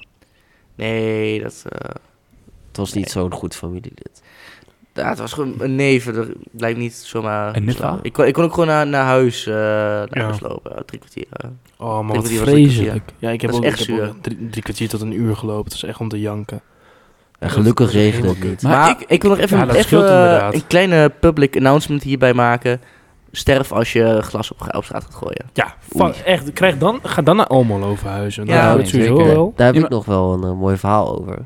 [SPEAKER 3] Nee, dat, eh,
[SPEAKER 5] Het was niet zo'n goed familielid.
[SPEAKER 3] ja, het was gewoon een neven, dat lijkt niet zomaar...
[SPEAKER 1] Een niffa?
[SPEAKER 3] slapen. Ik kon, ik kon ook gewoon naar, naar huis, eh, naar
[SPEAKER 4] Ja.
[SPEAKER 3] huis lopen, ja, drie kwartier. eh. ja.
[SPEAKER 4] Oh man, wat
[SPEAKER 3] Drie kwartier was drie kwartier,
[SPEAKER 4] vreselijk. Ja, ik heb
[SPEAKER 3] Dat
[SPEAKER 4] ook,
[SPEAKER 3] is
[SPEAKER 4] ik
[SPEAKER 3] echt
[SPEAKER 4] heb ook
[SPEAKER 3] zuur.
[SPEAKER 4] drie, drie kwartier tot een uur gelopen. Het is echt om te janken.
[SPEAKER 5] En gelukkig
[SPEAKER 4] Dat is
[SPEAKER 5] regende het
[SPEAKER 4] helemaal
[SPEAKER 5] niet.
[SPEAKER 1] Maar
[SPEAKER 3] Maar,
[SPEAKER 1] ik-
[SPEAKER 3] ik, ik wil nog even,
[SPEAKER 4] Ja, dat
[SPEAKER 3] even
[SPEAKER 4] scheelt inderdaad.
[SPEAKER 3] een kleine public announcement hierbij maken. Sterf als je glas op, op straat gaat gooien.
[SPEAKER 4] Ja, fuck, echt. Krijg dan, ga dan naar Almelo overhuizen.
[SPEAKER 3] Ja,
[SPEAKER 4] Ja, dat
[SPEAKER 1] nee,
[SPEAKER 4] sowieso
[SPEAKER 1] zeker.
[SPEAKER 4] wel.
[SPEAKER 5] Oh, Daar heb
[SPEAKER 1] Ja,
[SPEAKER 5] ik nog wel een eh, mooi verhaal over.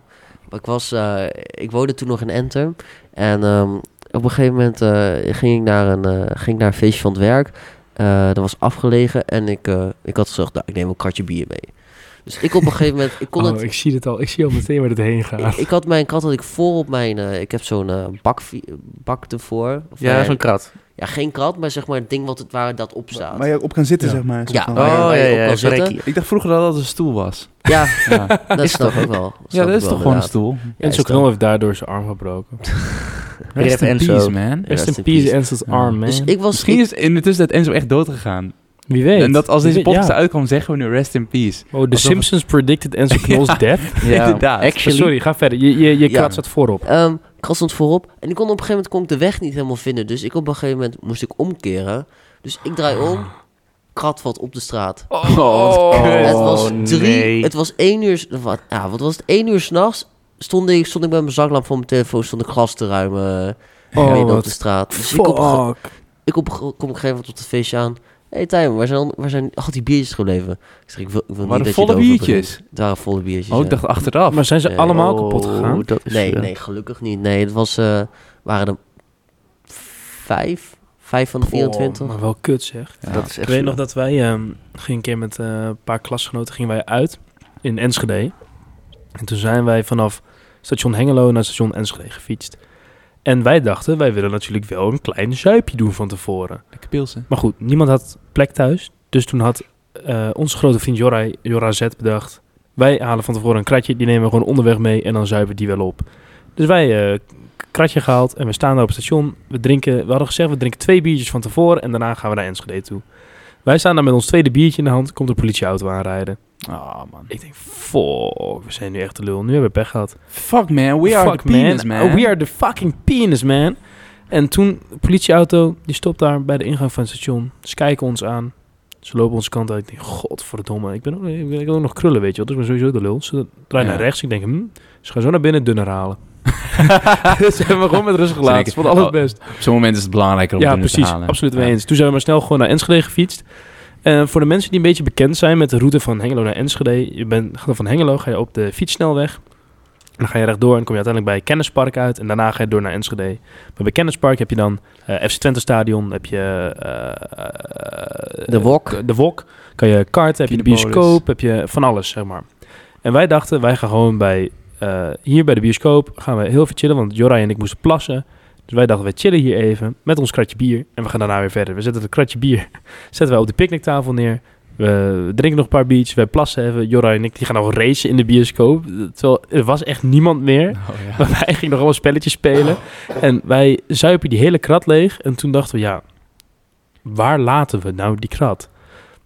[SPEAKER 5] Maar Ik, was, eh, ik woonde toen nog in Enterm. En ehm, op een gegeven moment eh, ging, ik naar een, eh, ging ik naar een feestje van het werk. Eh, dat was afgelegen. En ik, eh, ik had gezegd, nou, ik neem een kratje bier mee. Dus ik op een gegeven moment... Ik, kon het,
[SPEAKER 4] Oh, ik zie het al. Ik zie al meteen waar het heen
[SPEAKER 5] ik, ik had mijn kat had ik vol op mijn... eh, ik heb zo'n eh, bak, bak ervoor. Of nou
[SPEAKER 3] Ja, zo'n krat.
[SPEAKER 5] ja, geen krat, maar zeg maar het ding wat het, waar dat op staat.
[SPEAKER 6] Waar je op kan zitten,
[SPEAKER 4] Ja.
[SPEAKER 6] zeg maar.
[SPEAKER 5] ja,
[SPEAKER 6] Soort
[SPEAKER 5] waar
[SPEAKER 6] van.
[SPEAKER 5] je-
[SPEAKER 3] Oh,
[SPEAKER 5] waar je
[SPEAKER 3] ja,
[SPEAKER 5] op
[SPEAKER 3] ja,
[SPEAKER 5] kan
[SPEAKER 3] zo'n
[SPEAKER 5] zitten.
[SPEAKER 3] rekkie.
[SPEAKER 1] Ik dacht vroeger dat dat een stoel was.
[SPEAKER 5] Ja,
[SPEAKER 1] Ja,
[SPEAKER 5] dat snap ik wel.
[SPEAKER 1] ja
[SPEAKER 5] snap ik wel,
[SPEAKER 1] dat is toch gewoon een
[SPEAKER 5] inderdaad.
[SPEAKER 1] stoel?
[SPEAKER 5] Ja,
[SPEAKER 4] Enzo
[SPEAKER 5] is toch.
[SPEAKER 4] Knol heeft daardoor zijn arm gebroken.
[SPEAKER 1] Rest
[SPEAKER 3] Rip
[SPEAKER 1] in
[SPEAKER 3] Enzo.
[SPEAKER 1] peace, man.
[SPEAKER 4] Rest
[SPEAKER 5] rest
[SPEAKER 4] in
[SPEAKER 5] in
[SPEAKER 4] peace,
[SPEAKER 5] peace.
[SPEAKER 4] Enzo's
[SPEAKER 1] Ja.
[SPEAKER 4] arm, man.
[SPEAKER 5] Dus ik was...
[SPEAKER 1] Misschien
[SPEAKER 5] ik-
[SPEAKER 1] is in de tussentijd Enzo echt doodgegaan.
[SPEAKER 4] Wie weet.
[SPEAKER 1] En dat als
[SPEAKER 4] Wie
[SPEAKER 1] deze
[SPEAKER 4] weet,
[SPEAKER 1] podcast
[SPEAKER 4] ja.
[SPEAKER 1] uitkwam, zeggen we nu rest in peace.
[SPEAKER 4] Oh, The
[SPEAKER 1] Alsof-
[SPEAKER 4] Simpsons predicted Enzo Knol's death.
[SPEAKER 1] Ja, Inderdaad.
[SPEAKER 3] Actually,
[SPEAKER 4] Sorry, ga verder. Je, je, je
[SPEAKER 5] Ja.
[SPEAKER 4] krat staat voorop.
[SPEAKER 5] Ehm, ik had stond voorop en ik kon op een gegeven moment kon ik de weg niet helemaal vinden. Dus ik op een gegeven moment moest ik omkeren. Dus ik draai om krat valt op de straat.
[SPEAKER 1] Oh, wat kut.
[SPEAKER 5] het was drie,
[SPEAKER 3] nee.
[SPEAKER 5] het was één uur, wat, ja, wat was het, één uur s'nachts stond ik, stond ik met mijn zaklamp voor mijn telefoon, stond ik glas te ruimen eh,
[SPEAKER 4] Oh,
[SPEAKER 5] midden op
[SPEAKER 4] wat
[SPEAKER 5] de straat. Dus ik op, een ge-
[SPEAKER 4] Fuck.
[SPEAKER 5] ik kom op een ge- kom op een gegeven moment op het feestje aan. Hé hey, Tijmen, waar zijn, waar zijn al die biertjes gebleven? Ik zeg, ik wil, ik wil niet
[SPEAKER 1] Maar de
[SPEAKER 5] dat
[SPEAKER 1] volle
[SPEAKER 5] je erover begint.
[SPEAKER 1] biertjes.
[SPEAKER 5] Het waren volle biertjes,
[SPEAKER 1] Oh,
[SPEAKER 5] ja.
[SPEAKER 1] ik dacht achteraf.
[SPEAKER 4] Maar zijn ze
[SPEAKER 5] Nee.
[SPEAKER 4] allemaal
[SPEAKER 3] Oh,
[SPEAKER 4] kapot gegaan?
[SPEAKER 3] dat is,
[SPEAKER 5] Nee,
[SPEAKER 3] eh,
[SPEAKER 5] nee, gelukkig niet. Nee, het was, eh, waren er vijf, vijf van de 24.
[SPEAKER 4] Oh, maar wel kut zeg.
[SPEAKER 1] Ja.
[SPEAKER 3] Dat is echt
[SPEAKER 4] Ik weet
[SPEAKER 3] zuur.
[SPEAKER 4] nog dat wij ehm gingen een keer met eh, een paar klasgenoten gingen wij uit in Enschede. En toen zijn wij vanaf station Hengelo naar station Enschede gefietst. En wij dachten, wij willen natuurlijk wel een klein zuipje doen van tevoren.
[SPEAKER 1] Lekker pilsen.
[SPEAKER 4] Maar goed, niemand had plek thuis. Dus toen had eh, onze grote vriend Jorra, Jorra Z bedacht... wij halen van tevoren een kratje, die nemen we gewoon onderweg mee... en dan zuipen we die wel op. Dus wij eh kratje gehaald en we staan daar op het station. We, drinken, we hadden gezegd, we drinken twee biertjes van tevoren... en daarna gaan we naar Enschede toe. Wij staan daar met ons tweede biertje in de hand... komt een politieauto aanrijden.
[SPEAKER 1] Oh, man.
[SPEAKER 4] Ik denk, fuck, we zijn nu echt de lul. Nu hebben we pech gehad.
[SPEAKER 1] Fuck, man. We are
[SPEAKER 4] Fuck,
[SPEAKER 1] the penis, man.
[SPEAKER 4] Oh, we are the fucking penis, man. En toen, de politieauto, die stopt daar bij de ingang van het station. Ze kijken ons aan. Ze lopen onze kant uit. Ik denk, godverdomme. Ik ben ook, ik ben ook nog krullen, weet je wel. Dus ik ben sowieso de lul. Ze draaien
[SPEAKER 1] Ja.
[SPEAKER 4] naar rechts. Ik denk, hm, ze gaan zo naar binnen dunner halen. dus ze hebben me gewoon met rust
[SPEAKER 1] Ze
[SPEAKER 4] gelaten.
[SPEAKER 1] denken,
[SPEAKER 4] Ze vonden alles
[SPEAKER 1] oh,
[SPEAKER 4] best.
[SPEAKER 1] Op zo'n moment is het belangrijker om
[SPEAKER 4] Ja,
[SPEAKER 1] het te
[SPEAKER 4] precies.
[SPEAKER 1] halen.
[SPEAKER 4] Absoluut mee
[SPEAKER 1] Ja.
[SPEAKER 4] eens. Toen zijn we maar snel gewoon naar Enschede gefietst. En voor de mensen die een beetje bekend zijn met de route van Hengelo naar Enschede. Je bent gaat dan van Hengelo, ga je op de fietssnelweg. Dan ga je rechtdoor en kom je uiteindelijk bij Kennispark uit. En daarna ga je door naar Enschede. Maar bij Kennispark heb je dan eh, FC Twente Stadion. Heb je... eh,
[SPEAKER 5] De Wok.
[SPEAKER 4] De, de Wok. Kan je karten, heb je de
[SPEAKER 1] Kinepolis.
[SPEAKER 4] bioscoop, heb je van alles, zeg maar. En wij dachten, wij gaan gewoon bij... eh, hier bij de bioscoop gaan we heel veel chillen. Want Jorra en ik moesten plassen. Dus wij dachten, wij chillen hier even met ons kratje bier en we gaan daarna weer verder. We zetten het kratje bier zetten wij op de picknicktafel neer. We drinken nog een paar biertjes, wij plassen even. Jorra en ik die gaan nog racen in de bioscoop. Terwijl er was echt niemand meer.
[SPEAKER 1] Oh, ja.
[SPEAKER 4] Maar wij gingen nog allemaal spelletjes spelen. En wij zuipen die hele krat leeg. En toen dachten we, ja, waar laten we nou die krat?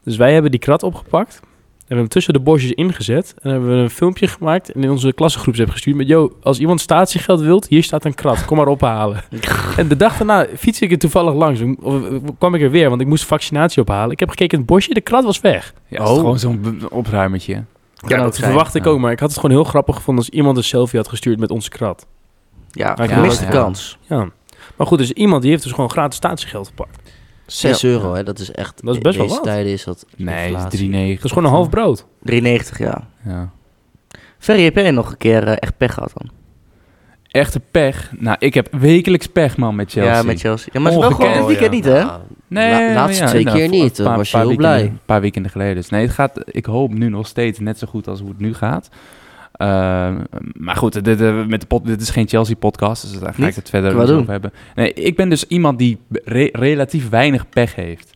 [SPEAKER 4] Dus wij hebben die krat opgepakt. En we hebben hem tussen de bosjes ingezet. En hebben we een filmpje gemaakt en in onze klassengroep hebben gestuurd. Met, yo, als iemand statiegeld wilt, hier staat een krat. Kom maar ophalen. en de dag daarna fiets ik er toevallig langs. Of, eh, kwam ik er weer, want ik moest vaccinatie ophalen. Ik heb gekeken in het bosje, de krat was weg.
[SPEAKER 1] Ja, het is gewoon zo'n b- opruimertje.
[SPEAKER 3] dat
[SPEAKER 4] Ja, dat
[SPEAKER 3] zijn.
[SPEAKER 4] verwacht ik
[SPEAKER 1] Ja.
[SPEAKER 4] ook. Maar ik had het gewoon heel grappig gevonden als iemand een selfie had gestuurd met onze krat.
[SPEAKER 3] Ja,
[SPEAKER 4] Ja,
[SPEAKER 3] gemiste
[SPEAKER 1] ja.
[SPEAKER 3] kans.
[SPEAKER 4] Ja. Maar goed, dus iemand die heeft dus gewoon gratis statiegeld gepakt.
[SPEAKER 5] 6 euro, hè? Dat is echt...
[SPEAKER 4] Dat is best
[SPEAKER 5] in
[SPEAKER 4] wel
[SPEAKER 5] deze
[SPEAKER 4] wat.
[SPEAKER 5] tijden is dat...
[SPEAKER 1] Nee,
[SPEAKER 5] inflatie.
[SPEAKER 1] het is 3,9.
[SPEAKER 4] Dat is gewoon een half brood.
[SPEAKER 3] 3,90, ja.
[SPEAKER 1] Ja.
[SPEAKER 3] Ferry, heb jij nog een keer eh, echt pech gehad dan?
[SPEAKER 1] Echte pech. Nou, ik heb wekelijks pech, man, met Chelsea.
[SPEAKER 3] Ja, met Chelsea. Ja, maar het is wel
[SPEAKER 1] Ongekend.
[SPEAKER 3] gewoon dit weekend niet, hè?
[SPEAKER 5] Nou,
[SPEAKER 1] Nee,
[SPEAKER 5] La- laatste
[SPEAKER 1] maar
[SPEAKER 5] twee keer
[SPEAKER 1] inderdaad,
[SPEAKER 5] niet.
[SPEAKER 1] een
[SPEAKER 5] Dan was je heel
[SPEAKER 1] weekenden-
[SPEAKER 5] blij.
[SPEAKER 1] Een paar weekenden geleden. Dus nee, het gaat, ik hoop nu nog steeds net zo goed als hoe het nu gaat. Ehm, maar goed, dit, eh, met de pod, dit is geen Chelsea-podcast, dus daar ga
[SPEAKER 3] Niet?
[SPEAKER 1] ik het verder
[SPEAKER 3] Kunnen we
[SPEAKER 1] niet
[SPEAKER 3] doen.
[SPEAKER 1] over hebben. Nee, ik ben dus iemand die re- relatief weinig pech heeft.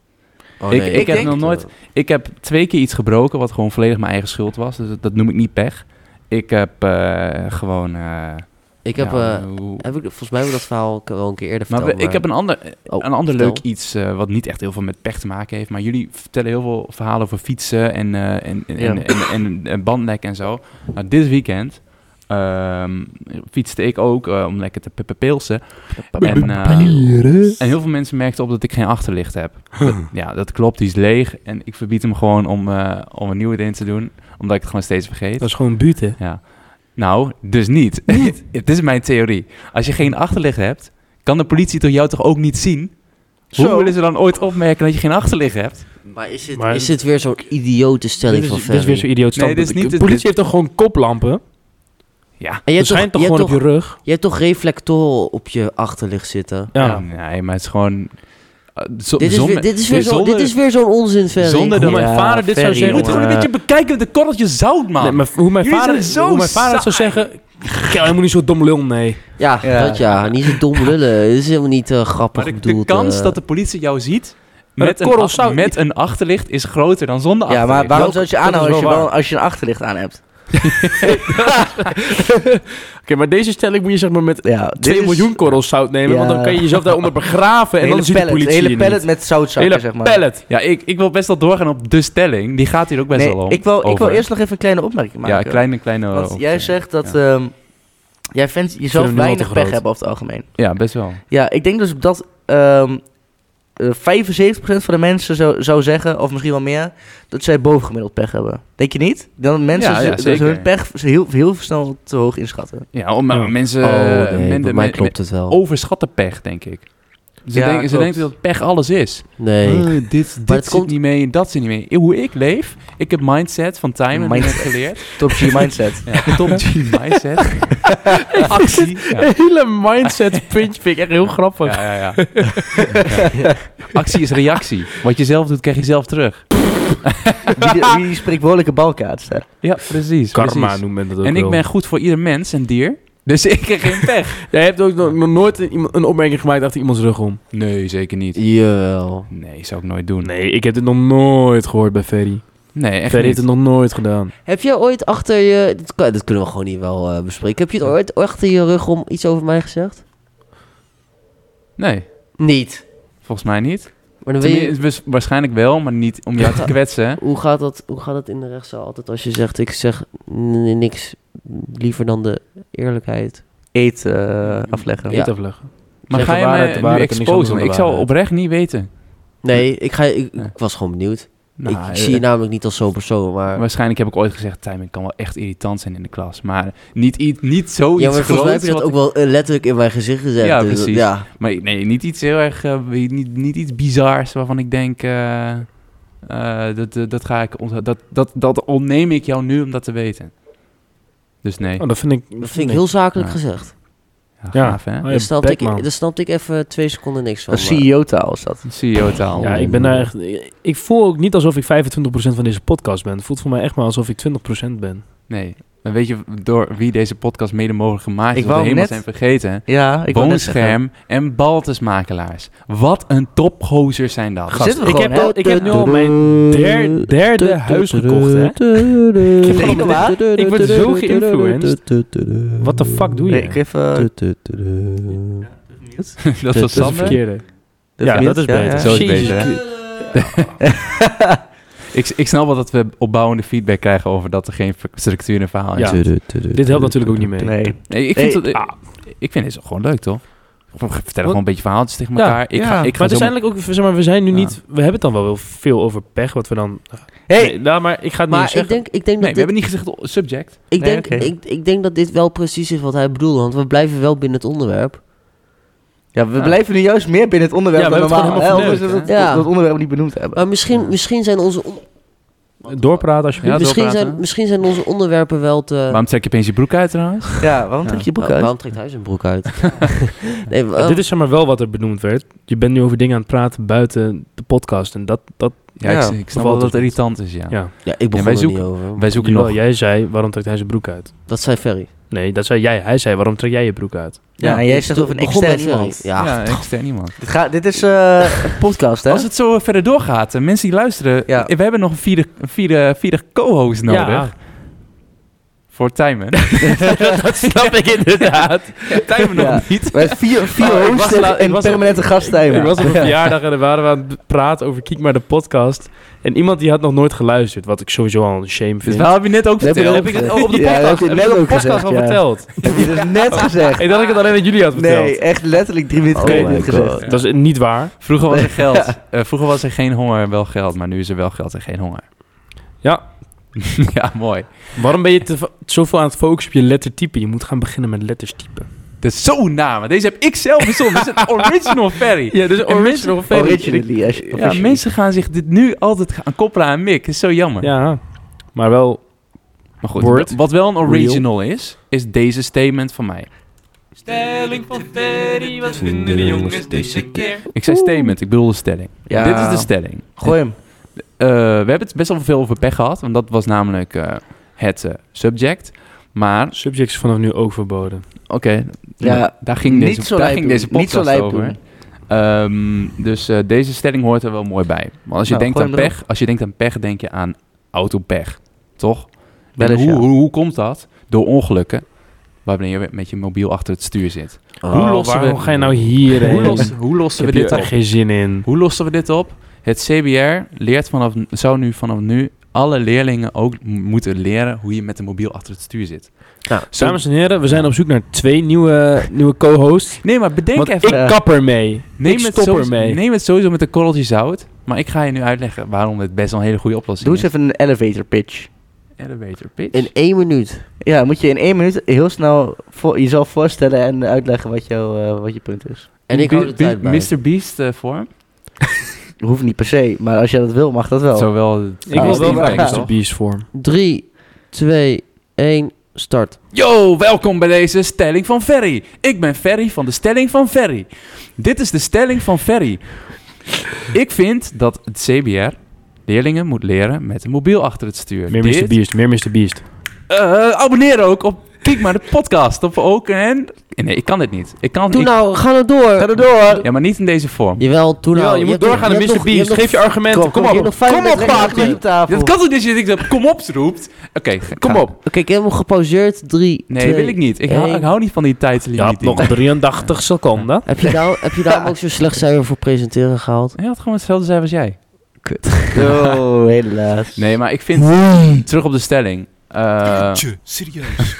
[SPEAKER 5] oh,
[SPEAKER 1] Ik-
[SPEAKER 5] nee,
[SPEAKER 1] ik
[SPEAKER 3] heb
[SPEAKER 5] denk-
[SPEAKER 1] nog nooit- Ik heb twee keer iets gebroken wat gewoon volledig mijn eigen schuld was. Dus dat, dat noem ik niet pech. Ik heb eh, gewoon... eh,
[SPEAKER 5] Ik heb...
[SPEAKER 1] ja,
[SPEAKER 5] eh,
[SPEAKER 1] hoe-
[SPEAKER 5] heb ik, volgens mij hebben we dat verhaal ook wel een keer eerder
[SPEAKER 1] maar we-
[SPEAKER 5] verteld.
[SPEAKER 1] ik heb een ander,
[SPEAKER 5] Oh,
[SPEAKER 1] een ander
[SPEAKER 5] vertel.
[SPEAKER 1] leuk iets eh, wat niet echt heel veel met pech te maken heeft. Maar jullie vertellen heel veel verhalen over fietsen en, eh, en, en,
[SPEAKER 3] Ja.
[SPEAKER 1] en, en, en- en bandlek en zo. Nou, dit weekend ehm, fietste ik ook eh, om lekker te pepepilsen. En, eh, en heel veel mensen merkten op dat ik geen achterlicht heb. Dat- ja, dat klopt. Die is leeg. En ik verbied hem gewoon om, eh, om een nieuwe erin te doen. Omdat ik het gewoon steeds vergeet.
[SPEAKER 4] Dat is gewoon buten.
[SPEAKER 1] Ja. Nou, dus niet. Het is mijn theorie. Als je geen achterlicht hebt, kan de politie toch jou toch ook niet zien? Hoe
[SPEAKER 3] Zo.
[SPEAKER 1] willen ze dan ooit opmerken dat je geen achterlicht hebt?
[SPEAKER 5] Maar is dit,
[SPEAKER 4] Maar-
[SPEAKER 5] is dit weer zo'n idiote stelling
[SPEAKER 4] dit,
[SPEAKER 5] van
[SPEAKER 4] is, dit is
[SPEAKER 5] Ferry?
[SPEAKER 4] weer zo'n idioot
[SPEAKER 1] Nee, dit is
[SPEAKER 4] standpunt.
[SPEAKER 1] niet-
[SPEAKER 4] de
[SPEAKER 1] dit-
[SPEAKER 4] politie
[SPEAKER 1] dit-
[SPEAKER 4] heeft toch gewoon koplampen?
[SPEAKER 1] Ja.
[SPEAKER 5] En je
[SPEAKER 4] Je
[SPEAKER 5] hebt
[SPEAKER 4] schijnt toch
[SPEAKER 5] toch, je hebt
[SPEAKER 4] gewoon
[SPEAKER 5] toch,
[SPEAKER 4] op je rug?
[SPEAKER 5] je hebt toch reflectoren op je achterlicht zitten?
[SPEAKER 4] Ja.
[SPEAKER 1] Nee, maar het is gewoon... eh, zo-
[SPEAKER 5] Dit is,
[SPEAKER 1] zonder-
[SPEAKER 5] weer, dit, is weer zo,
[SPEAKER 1] zonder-
[SPEAKER 5] dit is weer zo'n onzin, Ferry.
[SPEAKER 1] Zonder dat
[SPEAKER 4] Hoe mijn
[SPEAKER 3] Ja,
[SPEAKER 4] vader dit zou
[SPEAKER 3] Ferry,
[SPEAKER 1] Je
[SPEAKER 4] zeggen.
[SPEAKER 1] moet gewoon een beetje bekijken met een korreltje zout, man.
[SPEAKER 4] Nee, maar hoe mijn
[SPEAKER 1] Jullie
[SPEAKER 4] vader,
[SPEAKER 1] zijn zo
[SPEAKER 4] hoe mijn vader het zou
[SPEAKER 1] saai.
[SPEAKER 4] zeggen... "Kel, Helemaal niet zo dom lul, nee.
[SPEAKER 5] Ja,
[SPEAKER 3] Ja.
[SPEAKER 5] dat ja. Niet zo dom lullen. Dit is helemaal niet eh, grappig
[SPEAKER 1] Maar de, de
[SPEAKER 5] bedoeld.
[SPEAKER 1] kans
[SPEAKER 5] eh.
[SPEAKER 1] dat de politie jou ziet
[SPEAKER 4] Maar
[SPEAKER 1] met
[SPEAKER 4] dat
[SPEAKER 1] een,
[SPEAKER 4] korrel
[SPEAKER 1] ach-
[SPEAKER 4] zout-
[SPEAKER 1] met een achterlicht is groter dan zonder
[SPEAKER 3] Ja, maar
[SPEAKER 1] achterlicht.
[SPEAKER 3] waarom zou het je
[SPEAKER 4] dat is
[SPEAKER 3] aanhouden als je,
[SPEAKER 4] wel
[SPEAKER 3] wel,
[SPEAKER 4] waar.
[SPEAKER 3] als je een achterlicht aan hebt?
[SPEAKER 4] Oké, maar deze stelling moet je zeg maar met
[SPEAKER 3] Ja,
[SPEAKER 4] 2 miljoen korrels zout nemen. Want
[SPEAKER 3] Ja.
[SPEAKER 4] dan kan je jezelf daaronder begraven. En
[SPEAKER 3] hele
[SPEAKER 4] dan ziet de
[SPEAKER 3] pallet,
[SPEAKER 4] politie
[SPEAKER 3] hele
[SPEAKER 4] je
[SPEAKER 3] pallet
[SPEAKER 4] niet.
[SPEAKER 3] met zoutzakken,
[SPEAKER 4] Hele
[SPEAKER 3] zeg maar.
[SPEAKER 4] pallet.
[SPEAKER 1] Ja, ik, ik wil best wel doorgaan op de stelling. Die gaat hier ook best
[SPEAKER 3] Nee,
[SPEAKER 1] wel om.
[SPEAKER 3] ik wil, ik wil
[SPEAKER 1] over.
[SPEAKER 3] eerst nog even een kleine opmerking maken.
[SPEAKER 1] Ja, oh, kleine, kleine...
[SPEAKER 3] Want jij
[SPEAKER 1] opmerking.
[SPEAKER 3] zegt dat ehm, jij vindt
[SPEAKER 4] hem
[SPEAKER 3] jezelf
[SPEAKER 4] nu al te
[SPEAKER 3] weinig pech
[SPEAKER 4] groot.
[SPEAKER 3] hebben over het algemeen.
[SPEAKER 1] Ja, best wel.
[SPEAKER 3] Ja, ik denk dus dat ehm, eh, 75% van de mensen zou, zou zeggen, of misschien wel meer, dat zij bovengemiddeld pech hebben. Denk je niet? Dan mensen
[SPEAKER 1] Ja, ja,
[SPEAKER 3] ze- dat ze
[SPEAKER 1] zeker.
[SPEAKER 3] hun pech heel, heel snel te hoog inschatten.
[SPEAKER 1] Ja, om, maar
[SPEAKER 4] Ja.
[SPEAKER 1] mensen
[SPEAKER 5] Oh,
[SPEAKER 1] eh,
[SPEAKER 5] nee,
[SPEAKER 1] minder- Oh.
[SPEAKER 5] bij mij
[SPEAKER 1] men-
[SPEAKER 5] klopt het wel.
[SPEAKER 1] overschatten pech, denk ik. Ze,
[SPEAKER 3] Ja,
[SPEAKER 1] denken, ze
[SPEAKER 3] klopt.
[SPEAKER 1] denken dat pech alles is.
[SPEAKER 5] Nee.
[SPEAKER 1] Eh, dit dit
[SPEAKER 5] het
[SPEAKER 1] zit
[SPEAKER 5] komt-
[SPEAKER 1] niet mee en dat zit niet mee. Eh, Hoe ik leef, ik heb mindset van time en
[SPEAKER 3] Mindset.
[SPEAKER 1] mindset geleerd.
[SPEAKER 3] Top G mindset.
[SPEAKER 1] Ja, top G mindset. Actie. Ja.
[SPEAKER 4] Hele mindset puntje vind ik echt heel grappig.
[SPEAKER 1] Ja, ja, ja. Ja. Actie is reactie. Wat je zelf doet, krijg je zelf terug.
[SPEAKER 3] wie, de- wie die spreekwoordelijke balkaart staat.
[SPEAKER 1] Ja, precies.
[SPEAKER 4] Karma
[SPEAKER 1] precies.
[SPEAKER 4] noemt men dat ook
[SPEAKER 1] En ik
[SPEAKER 4] wel.
[SPEAKER 1] ben goed voor ieder mens en dier. Dus ik krijg geen pech.
[SPEAKER 4] Jij hebt ook nog nog nooit een, iemand- een opmerking gemaakt achter iemands rug om.
[SPEAKER 1] Nee, zeker niet.
[SPEAKER 5] Jawel.
[SPEAKER 1] Nee, zou ik nooit doen.
[SPEAKER 4] Nee, ik heb dit nog nooit gehoord bij Ferry.
[SPEAKER 1] Nee, echt
[SPEAKER 4] Ferry heeft
[SPEAKER 1] niet.
[SPEAKER 4] het nog nooit gedaan.
[SPEAKER 5] Heb jij ooit achter je... Dit, kan- dit kunnen we gewoon hier wel eh, bespreken. Heb je het ooit achter je rug om iets over mij gezegd?
[SPEAKER 1] Nee,
[SPEAKER 5] Niet.
[SPEAKER 1] volgens mij niet.
[SPEAKER 5] Maar dan weet je...
[SPEAKER 1] Tenmin- waars- waarschijnlijk wel, maar niet om jou te kwetsen.
[SPEAKER 5] Hoe gaat, dat, hoe gaat dat in de rechtszaal altijd als je zegt... Ik zeg n- niks liever dan de eerlijkheid.
[SPEAKER 3] Eet eh, afleggen.
[SPEAKER 5] Ja.
[SPEAKER 4] Niet afleggen.
[SPEAKER 1] Maar
[SPEAKER 4] Zeg
[SPEAKER 1] ga
[SPEAKER 4] de
[SPEAKER 1] je
[SPEAKER 4] waarheid, de
[SPEAKER 1] mij nu
[SPEAKER 4] waarheid en niks anders
[SPEAKER 1] exposen?
[SPEAKER 4] dan de
[SPEAKER 1] Ik zou
[SPEAKER 4] waarheid.
[SPEAKER 1] oprecht niet weten.
[SPEAKER 5] Nee, ik, ga, ik,
[SPEAKER 1] Nee.
[SPEAKER 5] ik was gewoon benieuwd.
[SPEAKER 1] Nou,
[SPEAKER 5] ik
[SPEAKER 1] eh,
[SPEAKER 5] zie je nou- namelijk niet als zo'n persoon, maar...
[SPEAKER 1] Waarschijnlijk heb ik ooit gezegd, timing kan wel echt irritant zijn in de klas. Maar niet, iets, niet zoiets
[SPEAKER 5] ja, maar volgens mij heb
[SPEAKER 1] groots
[SPEAKER 5] je dat
[SPEAKER 1] wat
[SPEAKER 5] ook
[SPEAKER 1] ik-
[SPEAKER 5] wel eh, letterlijk in mijn gezicht gezegd.
[SPEAKER 1] Ja,
[SPEAKER 5] dus dat-
[SPEAKER 1] precies.
[SPEAKER 5] Ja,
[SPEAKER 1] Maar nee, niet iets heel erg, eh, niet, niet iets bizars waarvan ik denk, eh, eh, dat, dat, dat ga ik, ont- dat, dat, dat ontneem ik jou nu om dat te weten. Dus nee.
[SPEAKER 4] Oh, dat vind ik...
[SPEAKER 5] dat vind ik heel zakelijk
[SPEAKER 1] Ja.
[SPEAKER 5] gezegd.
[SPEAKER 1] Ja,
[SPEAKER 4] Ja.
[SPEAKER 1] gaaf, hè?
[SPEAKER 4] Oh,
[SPEAKER 5] Daar
[SPEAKER 4] ja,
[SPEAKER 5] snapte, ik,
[SPEAKER 4] Beckman.
[SPEAKER 5] daar snapte ik even twee seconden niks van.
[SPEAKER 3] Een E
[SPEAKER 5] maar-
[SPEAKER 3] CEO-taal is dat.
[SPEAKER 1] CEO-taal.
[SPEAKER 4] Ja, ik ben daar echt... ik- Ik voel ook niet alsof ik 25% van deze podcast ben. Het voelt voor mij echt maar alsof ik 20% ben.
[SPEAKER 1] Nee. Maar weet je door wie deze podcast mede mogelijk gemaakt is?
[SPEAKER 3] Ik
[SPEAKER 1] wat
[SPEAKER 3] wou
[SPEAKER 1] we helemaal
[SPEAKER 3] net-
[SPEAKER 1] zijn vergeten.
[SPEAKER 3] Ja, ik wou net zeggen.
[SPEAKER 1] Boonscherm en Baltusmakelaars. Wat een topgozer zijn dat.
[SPEAKER 3] Gast, Zitten we
[SPEAKER 4] ik,
[SPEAKER 3] gewoon,
[SPEAKER 4] heb al,
[SPEAKER 3] hè?
[SPEAKER 4] ik heb nu al mijn der- derde huis gekocht, hè.
[SPEAKER 3] Ik heb gewoon-
[SPEAKER 4] Ik word zo geïnfluenced. What the fuck doe je?
[SPEAKER 3] Nee, ik heb... eh,
[SPEAKER 1] dat was
[SPEAKER 4] dat is het
[SPEAKER 1] Sander.
[SPEAKER 4] verkeerde.
[SPEAKER 3] dat
[SPEAKER 4] ja,
[SPEAKER 3] niet.
[SPEAKER 4] dat is beter.
[SPEAKER 1] Zo is het
[SPEAKER 4] Jezus
[SPEAKER 1] beter, hè?
[SPEAKER 4] Christus.
[SPEAKER 1] Ik, ik snap wel dat we opbouwende feedback krijgen over dat er geen ver- structuur en verhaal is.
[SPEAKER 4] Ja. Dit helpt natuurlijk ook niet mee.
[SPEAKER 3] Nee.
[SPEAKER 1] Nee, ik, vind
[SPEAKER 3] Hey,
[SPEAKER 1] dat,
[SPEAKER 4] ah.
[SPEAKER 1] ik vind dit gewoon leuk, toch? Vertel gewoon
[SPEAKER 4] Wat?
[SPEAKER 1] een beetje verhaaltjes tegen
[SPEAKER 4] Ja,
[SPEAKER 1] elkaar. ik
[SPEAKER 4] ja.
[SPEAKER 1] ga, ik ga
[SPEAKER 4] maar
[SPEAKER 1] zo met-
[SPEAKER 4] uiteindelijk ook, zeg maar, we zijn nu
[SPEAKER 1] Ja.
[SPEAKER 4] niet... We hebben het dan wel heel veel over pech, wat we dan...
[SPEAKER 3] Hey,
[SPEAKER 4] Nee, nou, maar ik ga het niet
[SPEAKER 5] Maar ik
[SPEAKER 4] zeggen.
[SPEAKER 5] denk, ik, denk
[SPEAKER 1] Nee,
[SPEAKER 5] dat
[SPEAKER 1] we hebben
[SPEAKER 5] dit,
[SPEAKER 1] niet gezegd oh, subject.
[SPEAKER 5] ik,
[SPEAKER 3] Nee,
[SPEAKER 5] denk,
[SPEAKER 3] oké.
[SPEAKER 5] ik, ik denk dat dit wel precies is wat hij bedoelde, want we blijven wel binnen het onderwerp.
[SPEAKER 3] ja, we
[SPEAKER 1] Ja.
[SPEAKER 3] blijven nu juist meer binnen het onderwerp
[SPEAKER 4] Ja, we
[SPEAKER 3] dan
[SPEAKER 4] hebben het
[SPEAKER 3] normaal.
[SPEAKER 4] gewoon
[SPEAKER 3] hè,
[SPEAKER 4] helemaal
[SPEAKER 3] omdat we
[SPEAKER 1] verneukt,
[SPEAKER 3] dat,
[SPEAKER 5] hè?
[SPEAKER 3] dat onderwerp niet benoemd hebben.
[SPEAKER 5] Maar misschien, misschien zijn onze, on-
[SPEAKER 4] Doorpraten alsjeblieft.
[SPEAKER 5] misschien
[SPEAKER 1] doorpraten.
[SPEAKER 5] zijn, misschien zijn onze onderwerpen wel te...
[SPEAKER 1] Waarom trek je opeens je broek uit trouwens?
[SPEAKER 3] Ja, waarom trek je je
[SPEAKER 5] Wa-
[SPEAKER 3] broek uit?
[SPEAKER 5] waarom trekt hij zijn broek uit? nee, wa-
[SPEAKER 3] Oh.
[SPEAKER 4] Ja, dit is zeg maar wel wat er benoemd werd. Je bent nu over dingen aan het praten buiten de podcast. En dat, dat
[SPEAKER 1] Ja,
[SPEAKER 3] Ja,
[SPEAKER 1] ik, ik
[SPEAKER 4] wel
[SPEAKER 1] snap wel dat het
[SPEAKER 4] tot-
[SPEAKER 1] irritant is, ja.
[SPEAKER 4] Ja.
[SPEAKER 5] ja, ik
[SPEAKER 1] Ja,
[SPEAKER 5] begon
[SPEAKER 1] wij
[SPEAKER 5] er
[SPEAKER 1] zoeken-
[SPEAKER 5] niet over.
[SPEAKER 1] Wij zoeken
[SPEAKER 4] Jawel,
[SPEAKER 1] nog...
[SPEAKER 4] jij zei, waarom trekt hij zijn broek uit?
[SPEAKER 5] Dat zei Ferry.
[SPEAKER 4] Nee, dat zei jij. Hij zei, waarom trek jij je broek uit?
[SPEAKER 3] Ja, en jij zegt over een
[SPEAKER 5] Begon bij
[SPEAKER 3] extern
[SPEAKER 5] Ferry.
[SPEAKER 3] iemand.
[SPEAKER 5] Ja,
[SPEAKER 1] ja, extern iemand.
[SPEAKER 3] Dit, gaat, dit is eh, een podcast, hè?
[SPEAKER 1] Als het zo eh, verder doorgaat, eh, mensen die luisteren,
[SPEAKER 3] Ja.
[SPEAKER 1] eh, we hebben nog een vierde, een vierde, vierde co-host nodig. Voor Timen.
[SPEAKER 4] dat snap ik inderdaad.
[SPEAKER 1] Timen
[SPEAKER 3] Ja.
[SPEAKER 1] nog niet.
[SPEAKER 3] Met vier, vier
[SPEAKER 4] Oh, ik was
[SPEAKER 3] hosten
[SPEAKER 4] la- ik
[SPEAKER 3] en
[SPEAKER 4] was op-
[SPEAKER 3] permanente gasttijmen.
[SPEAKER 4] Ik was op een verjaardag en daar waren we aan het praten over Kiek maar de podcast. En iemand die had nog nooit geluisterd, wat ik sowieso al een shame
[SPEAKER 1] Dit
[SPEAKER 4] vind.
[SPEAKER 1] verhaal heb je net ook
[SPEAKER 3] Dat heb ik
[SPEAKER 1] verteld.
[SPEAKER 3] ook
[SPEAKER 1] Dus Heb ik dit
[SPEAKER 3] gezegd.
[SPEAKER 1] ook op de
[SPEAKER 3] Ja, dat
[SPEAKER 1] podcast,
[SPEAKER 3] heb
[SPEAKER 1] heb
[SPEAKER 3] je net
[SPEAKER 1] ik op de
[SPEAKER 3] ook
[SPEAKER 1] podcast
[SPEAKER 3] gezegd,
[SPEAKER 1] al
[SPEAKER 3] ja.
[SPEAKER 1] verteld?
[SPEAKER 3] Heb je dus net gezegd?
[SPEAKER 4] Ik dacht dat ik het alleen aan jullie had verteld.
[SPEAKER 3] Nee, echt letterlijk drie minuten
[SPEAKER 5] Oh
[SPEAKER 3] geleden
[SPEAKER 5] my
[SPEAKER 3] dit gezegd.
[SPEAKER 5] God.
[SPEAKER 4] Dat is niet waar.
[SPEAKER 1] Vroeger was er geld. Eh, vroeger was er geen honger, wel geld. Maar nu is er wel geld en geen honger.
[SPEAKER 4] Ja.
[SPEAKER 1] ja, mooi.
[SPEAKER 4] Waarom ben je te, va- zoveel aan het focussen op je lettertype? Je moet gaan beginnen met letters typen.
[SPEAKER 1] Dat is zo'n naam. Deze heb ik zelf verzonnen. Dit is het original ferry.
[SPEAKER 4] Ja, dus
[SPEAKER 1] original
[SPEAKER 3] Originally, als je-
[SPEAKER 1] Ja,
[SPEAKER 3] officially.
[SPEAKER 1] mensen gaan zich dit nu altijd gaan koppelen aan Mick. Dat is zo jammer.
[SPEAKER 4] Ja, maar wel
[SPEAKER 1] Maar goed,
[SPEAKER 4] Word.
[SPEAKER 1] wat wel een original is, is deze statement van mij.
[SPEAKER 6] Stelling van Ferry, wat vinden de jongens deze keer?
[SPEAKER 1] Ik zei statement, ik bedoel de stelling.
[SPEAKER 3] Ja.
[SPEAKER 1] Dit is de stelling.
[SPEAKER 3] Gooi hem.
[SPEAKER 1] Eh, we hebben het best wel veel over pech gehad, want dat was namelijk eh, het eh, subject. Maar,
[SPEAKER 4] subject is vanaf nu ook verboden.
[SPEAKER 1] oké,
[SPEAKER 3] Ja,
[SPEAKER 1] nou, daar ging
[SPEAKER 3] niet
[SPEAKER 1] deze, daar
[SPEAKER 3] zo lijp
[SPEAKER 1] ging
[SPEAKER 3] doen.
[SPEAKER 1] deze
[SPEAKER 3] Niet zo
[SPEAKER 1] podcast
[SPEAKER 3] lijp
[SPEAKER 1] over.
[SPEAKER 3] doen.
[SPEAKER 1] Ehm, dus eh, deze stelling hoort er wel mooi bij. Want als je,
[SPEAKER 3] Nou,
[SPEAKER 1] denkt
[SPEAKER 3] gooi
[SPEAKER 1] aan
[SPEAKER 3] hem erop.
[SPEAKER 1] pech, als je denkt aan pech, denk je aan autopech, toch?
[SPEAKER 3] Wel
[SPEAKER 1] En
[SPEAKER 3] eens,
[SPEAKER 1] hoe,
[SPEAKER 3] ja.
[SPEAKER 1] hoe, hoe komt dat? Door ongelukken, waarmee je met je mobiel achter het stuur zit.
[SPEAKER 4] Hoe lossen we... Oh, ga je nou hierheen?
[SPEAKER 1] Hoe lossen, hoe lossen
[SPEAKER 4] Ik
[SPEAKER 1] we
[SPEAKER 4] heb hier
[SPEAKER 1] dit
[SPEAKER 4] echt
[SPEAKER 1] op?
[SPEAKER 4] geen zin in.
[SPEAKER 1] Hoe lossen we dit op? Het CBR leert vanaf, zou nu vanaf nu alle leerlingen ook m- moeten leren hoe je met een mobiel achter het stuur zit.
[SPEAKER 5] Nou,
[SPEAKER 1] Zo-
[SPEAKER 4] Dames en heren, we zijn op zoek naar twee nieuwe, nieuwe co-hosts.
[SPEAKER 1] nee, maar bedenk
[SPEAKER 4] Want
[SPEAKER 1] even.
[SPEAKER 4] ik kap ermee.
[SPEAKER 1] neem,
[SPEAKER 4] ik
[SPEAKER 1] het
[SPEAKER 4] stop
[SPEAKER 1] sowieso,
[SPEAKER 4] ermee.
[SPEAKER 1] neem het sowieso met een korreltje zout. Maar ik ga je nu uitleggen waarom dit best wel een hele goede oplossing
[SPEAKER 3] Doe eens
[SPEAKER 1] is.
[SPEAKER 3] even een elevator pitch.
[SPEAKER 1] Elevator pitch.
[SPEAKER 5] in één minuut.
[SPEAKER 3] Ja, moet je in één minuut heel snel voor, jezelf voorstellen en uitleggen wat, jou, eh, wat je punt is.
[SPEAKER 5] En ik hou de
[SPEAKER 1] Be- be-
[SPEAKER 5] tijd bij.
[SPEAKER 1] Mr. Beast eh, vorm.
[SPEAKER 3] Hoeft niet per se, maar als jij dat wil, mag dat wel.
[SPEAKER 1] Zowel de-
[SPEAKER 4] Ik
[SPEAKER 3] wil
[SPEAKER 4] wil
[SPEAKER 3] wel
[SPEAKER 4] wel
[SPEAKER 3] bij
[SPEAKER 1] Impact,
[SPEAKER 3] Mr.
[SPEAKER 4] naar
[SPEAKER 1] toch?
[SPEAKER 4] Beast vorm.
[SPEAKER 5] Drie, twee, één, start.
[SPEAKER 1] Yo, welkom bij deze stelling van Ferry. Ik ben Ferry van de stelling van Ferry. Dit is de stelling van Ferry. Ik vind dat het CBR leerlingen moet leren met een mobiel achter het stuur.
[SPEAKER 4] Meer
[SPEAKER 1] Dit-
[SPEAKER 4] Mr. Beast, meer Mr. Beast.
[SPEAKER 1] Eh, abonneer ook op Kijk maar de podcast. Op ook en... Eh, Nee, ik kan dit niet. Ik kan
[SPEAKER 5] Doe
[SPEAKER 1] ik-
[SPEAKER 5] nou, ga nou door.
[SPEAKER 3] Ga er door!
[SPEAKER 1] Ja, maar niet in deze vorm.
[SPEAKER 5] Jawel, doe nou.
[SPEAKER 4] Ja, je moet
[SPEAKER 5] hebt nog-
[SPEAKER 4] doorgaan naar
[SPEAKER 5] je hebt
[SPEAKER 4] Mr.
[SPEAKER 5] nog- je hebt
[SPEAKER 4] Beast.
[SPEAKER 5] nog-
[SPEAKER 4] Geef je argumenten. Kom
[SPEAKER 5] je hebt
[SPEAKER 4] op.
[SPEAKER 5] nog vijf
[SPEAKER 4] Kom op,
[SPEAKER 5] minuten
[SPEAKER 4] Papi.
[SPEAKER 5] rekening.
[SPEAKER 3] Op tafel.
[SPEAKER 1] Dat kan toch niet als je dat kom op roept? Oké, ga-
[SPEAKER 4] Kom
[SPEAKER 1] ga-
[SPEAKER 4] op.
[SPEAKER 5] Oké, ik heb hem gepauzeerd. Drie,
[SPEAKER 1] Nee,
[SPEAKER 5] twee,
[SPEAKER 1] wil ik niet. Ik, hou,
[SPEAKER 5] één.
[SPEAKER 1] ik hou niet van die tijdslimiet.
[SPEAKER 4] Je had nog 83 seconden.
[SPEAKER 5] Heb je, daar, heb je daarom ook zo'n slecht cijfer voor presenteren gehaald?
[SPEAKER 1] Hij had gewoon hetzelfde zijn als jij.
[SPEAKER 3] Oh, helaas.
[SPEAKER 1] Nee, maar ik vind... Terug op de stelling. Eh,
[SPEAKER 6] Tje, serieus.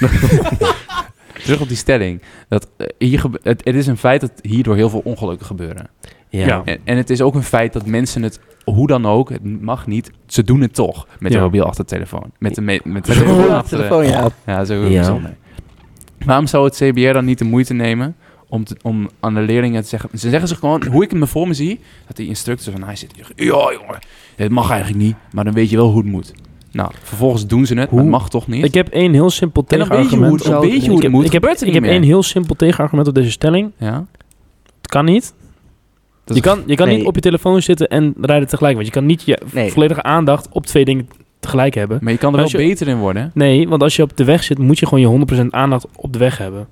[SPEAKER 1] terug op die stelling. Dat, eh, hier gebe- het, het is een feit dat hierdoor heel veel ongelukken gebeuren.
[SPEAKER 4] Ja.
[SPEAKER 1] En, en het is ook een feit dat mensen het, hoe dan ook, het mag niet, ze doen het toch. Met
[SPEAKER 4] Ja.
[SPEAKER 1] een mobiel achter de telefoon. Met de, me- met de
[SPEAKER 3] Met
[SPEAKER 1] mobiel
[SPEAKER 3] de
[SPEAKER 1] achter de-
[SPEAKER 3] telefoon, ja.
[SPEAKER 1] Ja, dat is ook heel
[SPEAKER 5] Ja.
[SPEAKER 1] bijzonder. Waarom zou het CBR dan niet de moeite nemen om, te- om aan de leerlingen te zeggen... Ze zeggen ze gewoon, hoe ik het me voor me zie, dat die instructor van hij zit... hier, Ja jongen, dit mag eigenlijk niet, maar dan weet je wel hoe het moet. Nou, vervolgens doen ze het, maar
[SPEAKER 4] Hoe?
[SPEAKER 1] het mag toch niet.
[SPEAKER 4] Ik heb één heel simpel
[SPEAKER 1] en dan weet je
[SPEAKER 4] tegenargument.
[SPEAKER 1] hoe, dan
[SPEAKER 5] zou
[SPEAKER 1] weet
[SPEAKER 5] het
[SPEAKER 1] je hoe
[SPEAKER 4] ik heb,
[SPEAKER 1] het moet,
[SPEAKER 4] ik heb,
[SPEAKER 1] gebeurt er
[SPEAKER 4] ik
[SPEAKER 1] niet
[SPEAKER 4] heb
[SPEAKER 1] meer.
[SPEAKER 4] één heel simpel tegenargument op deze stelling.
[SPEAKER 1] Ja,
[SPEAKER 4] Het kan niet.
[SPEAKER 1] Dat
[SPEAKER 4] Je
[SPEAKER 1] is-
[SPEAKER 4] kan, je kan
[SPEAKER 3] nee.
[SPEAKER 4] niet op je telefoon zitten en rijden tegelijk. Want je kan niet je
[SPEAKER 3] Nee.
[SPEAKER 4] volledige aandacht op twee dingen tegelijk hebben.
[SPEAKER 1] maar je kan er
[SPEAKER 4] Als
[SPEAKER 1] wel
[SPEAKER 4] je-
[SPEAKER 1] beter in worden. hè?
[SPEAKER 4] Nee, want als je op de weg zit, moet je gewoon je 100% aandacht op de weg hebben.